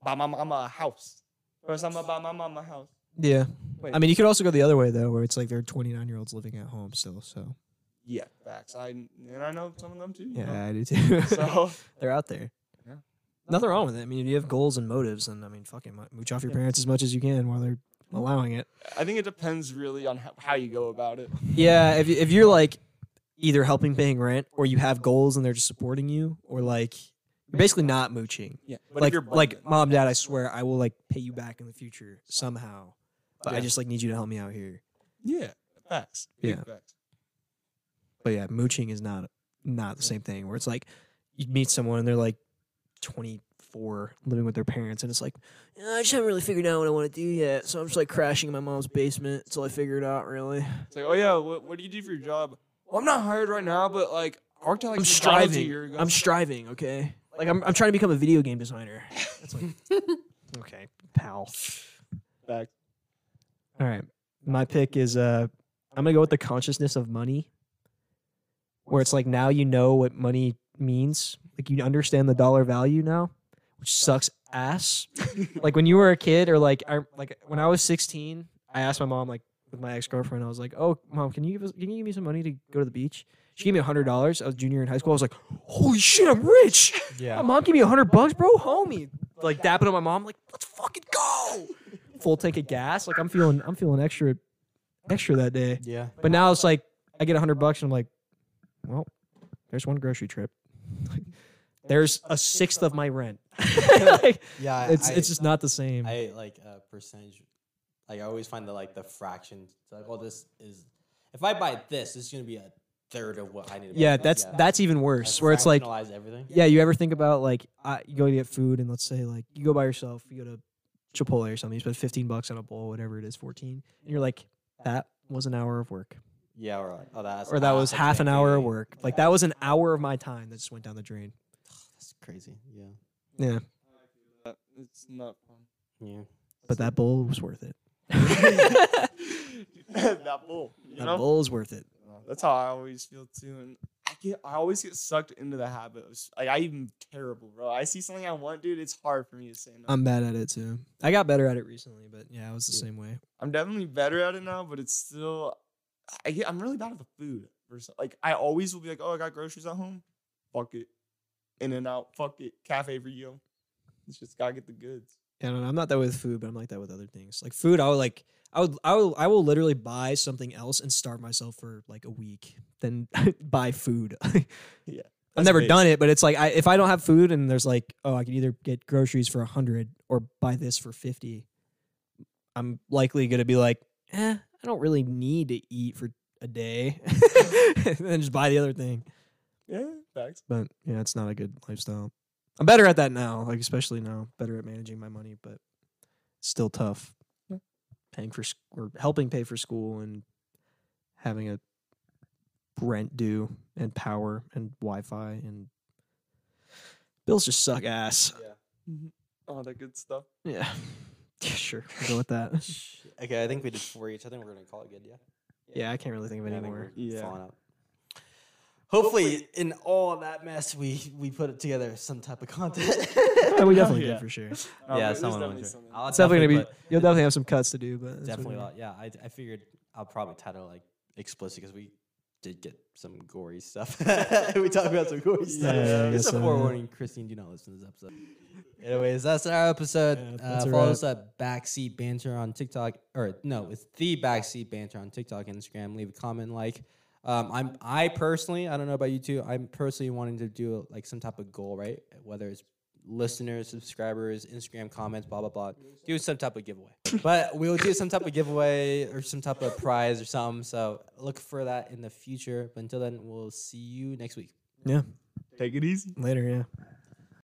Speaker 3: buy my mama a house, or I'm gonna buy my mama a house.
Speaker 2: Yeah.
Speaker 3: Wait.
Speaker 2: I mean, you could also go the other way though, where it's like there are 29 year olds living at home still. So
Speaker 3: Yeah, facts. I and I know some of them too. you know?
Speaker 2: yeah, I do too.
Speaker 3: *laughs*
Speaker 2: *laughs*
Speaker 3: So
Speaker 2: they're out there.
Speaker 3: Yeah.
Speaker 2: Nothing wrong with it. I mean, if you have goals and motives, then I mean, fucking mo- mooch off your parents as much as you can while they're allowing it.
Speaker 3: I think it depends really on how, how you go about it.
Speaker 2: Yeah, if you- if you're like either helping paying rent or you have goals and they're just supporting you, or like you're basically not mooching.
Speaker 3: Yeah. But
Speaker 2: Like
Speaker 3: if you're
Speaker 2: like
Speaker 3: bummed,
Speaker 2: mom, dad, I swear I will like pay you back in the future somehow. But I
Speaker 3: Yeah.
Speaker 2: just like need you to help me out here.
Speaker 3: yeah, facts. Big
Speaker 2: Yeah.
Speaker 3: facts.
Speaker 2: But yeah, mooching is not not the same thing. Where it's like you meet someone and they're like 24 living with their parents, and it's like "Yeah, I just haven't really figured out what I want to do yet. So I'm just like crashing in my mom's basement until I figure it out. Really,
Speaker 3: It's like, oh yeah, what, what do you do for your job? Well, I'm not hired right now, but like I worked at like
Speaker 2: I'm
Speaker 3: McDonald's A year
Speaker 2: striving.
Speaker 3: ago.
Speaker 2: I'm striving. Okay. Like I'm, I'm trying to become a video game *laughs* designer. It's like, okay, pal.
Speaker 3: Facts.
Speaker 2: All right, my pick is uh, I'm gonna go with the consciousness of money, where it's like now you know what money means. Like you understand the dollar value now, which sucks ass. like when you were a kid, or like I like when I was 16, I asked my mom like with my ex girlfriend, I was like, "Oh, mom, can you give us, can you give me some money to go to the beach?" She gave me hundred dollars. I was a junior in high school. I was like, holy shit, I'm rich. My mom gave me hundred bucks, bro, homie. Like dapping on my mom, like let's fucking go. Full tank of gas. Like I'm feeling, I'm feeling extra, extra that day.
Speaker 1: Yeah.
Speaker 2: But now it's like I get hundred bucks, and I'm like, well, there's one grocery trip. *laughs* there's a sixth of my rent. *laughs* Like,
Speaker 1: Yeah. I-
Speaker 2: it's
Speaker 1: I,
Speaker 2: it's just not the same.
Speaker 1: I like a percentage. Like I always find the like the fraction. it's Like, oh, this is if I buy this, it's gonna be a third of what I need. to buy.
Speaker 2: yeah, that's that's even worse.
Speaker 1: Like,
Speaker 2: Where it's like
Speaker 1: fractionalize everything.
Speaker 2: Yeah, you ever think about like uh, you go to get food and let's say like you go by yourself, you go to Chipotle or something, you spend fifteen bucks on a bowl, whatever it is, fourteen, and you're like, that was an hour of work,
Speaker 1: Yeah. Or like, oh, that's
Speaker 2: or that was
Speaker 1: that's
Speaker 2: half an
Speaker 1: making
Speaker 2: hour of
Speaker 1: me-
Speaker 2: work, like that was an hour of my time that just went down the drain.
Speaker 1: That's crazy. Yeah.
Speaker 2: Yeah,
Speaker 3: Uh,
Speaker 7: It's not fun.
Speaker 1: Yeah.
Speaker 2: but that bowl was worth it.
Speaker 3: *laughs* that bull. You
Speaker 2: That
Speaker 3: know?
Speaker 2: bowl is worth it.
Speaker 3: That's how I always feel too. And I get I always get sucked into the habit of s- like I even terrible, bro. I see something I want, dude. It's hard for me to say no. I'm,
Speaker 2: I'm bad at it too. I got better at it recently, but yeah, I was the same way.
Speaker 3: definitely better at it now, but it's still I get I'm really bad at the food. or so- Like I always will be like, oh, I got groceries at home. Fuck it. In and out, fuck it. Cafe for you. It's just gotta get the goods.
Speaker 2: Yeah, I don't know. I'm not that way with food, but I'm like that with other things. Like food, I would like I would I will I will literally buy something else and starve myself for like a week, then *laughs* buy food. *laughs*
Speaker 3: Yeah,
Speaker 2: I've
Speaker 3: that's
Speaker 2: never
Speaker 3: base.
Speaker 2: done it, but it's like I, if I don't have food and there's like oh I can either get groceries for a hundred or buy this for fifty, I'm likely gonna be like eh I don't really need to eat for a day, *laughs* and then just buy the other thing.
Speaker 3: Yeah, facts.
Speaker 2: But yeah, it's not a good lifestyle. I'm better at that now, like especially now, better at managing my money, but it's still tough. Paying for sc- or helping pay for school and having a rent due and power and Wi-Fi and bills just suck ass.
Speaker 3: All that good stuff.
Speaker 2: Yeah, *laughs* Yeah, sure, we'll go with that. *laughs*
Speaker 8: Okay, I think we did four each. I think we're gonna call it good. Yeah.
Speaker 2: yeah, I can't really think of any
Speaker 8: I think
Speaker 2: more.
Speaker 8: we're
Speaker 3: Yeah.
Speaker 8: falling out.
Speaker 1: Hopefully, in all of that mess, we we put together some type of *laughs* content.
Speaker 2: Yeah, we definitely
Speaker 3: yeah.
Speaker 2: did for sure. It's
Speaker 3: No,
Speaker 8: yeah,
Speaker 3: there's
Speaker 8: someone
Speaker 3: definitely
Speaker 8: will enjoy.
Speaker 3: something.
Speaker 1: I'll
Speaker 2: definitely gonna be.
Speaker 1: put-
Speaker 2: You'll definitely have some cuts to do, but that's what
Speaker 1: definitely
Speaker 2: it
Speaker 1: a
Speaker 2: is.
Speaker 1: lot. Yeah, I, I figured I'll probably title it, like explicit because we did get some gory stuff. *laughs* we talked about some gory stuff.
Speaker 2: Yeah, yeah, I guess
Speaker 1: Just a
Speaker 2: so, yeah.
Speaker 1: forewarning, Christine, do not listen to this episode. Anyways, that's our episode.
Speaker 2: Yeah,
Speaker 1: uh,
Speaker 2: that's a
Speaker 1: follow
Speaker 2: wrap.
Speaker 1: us at Backseat Banter on TikTok, or no, it's the Backseat Banter on TikTok, and Instagram. Leave a comment, like. Um, I'm I personally, I don't know about you two. I'm personally wanting to do like some type of goal, right? Whether it's listeners, subscribers, Instagram comments, blah blah blah. Do some type of giveaway, *coughs* but we'll do some type of giveaway or some type of prize or something. So look for that in the future. But until then, we'll see you next week.
Speaker 2: Yeah,
Speaker 3: Take it easy.
Speaker 2: later. Yeah.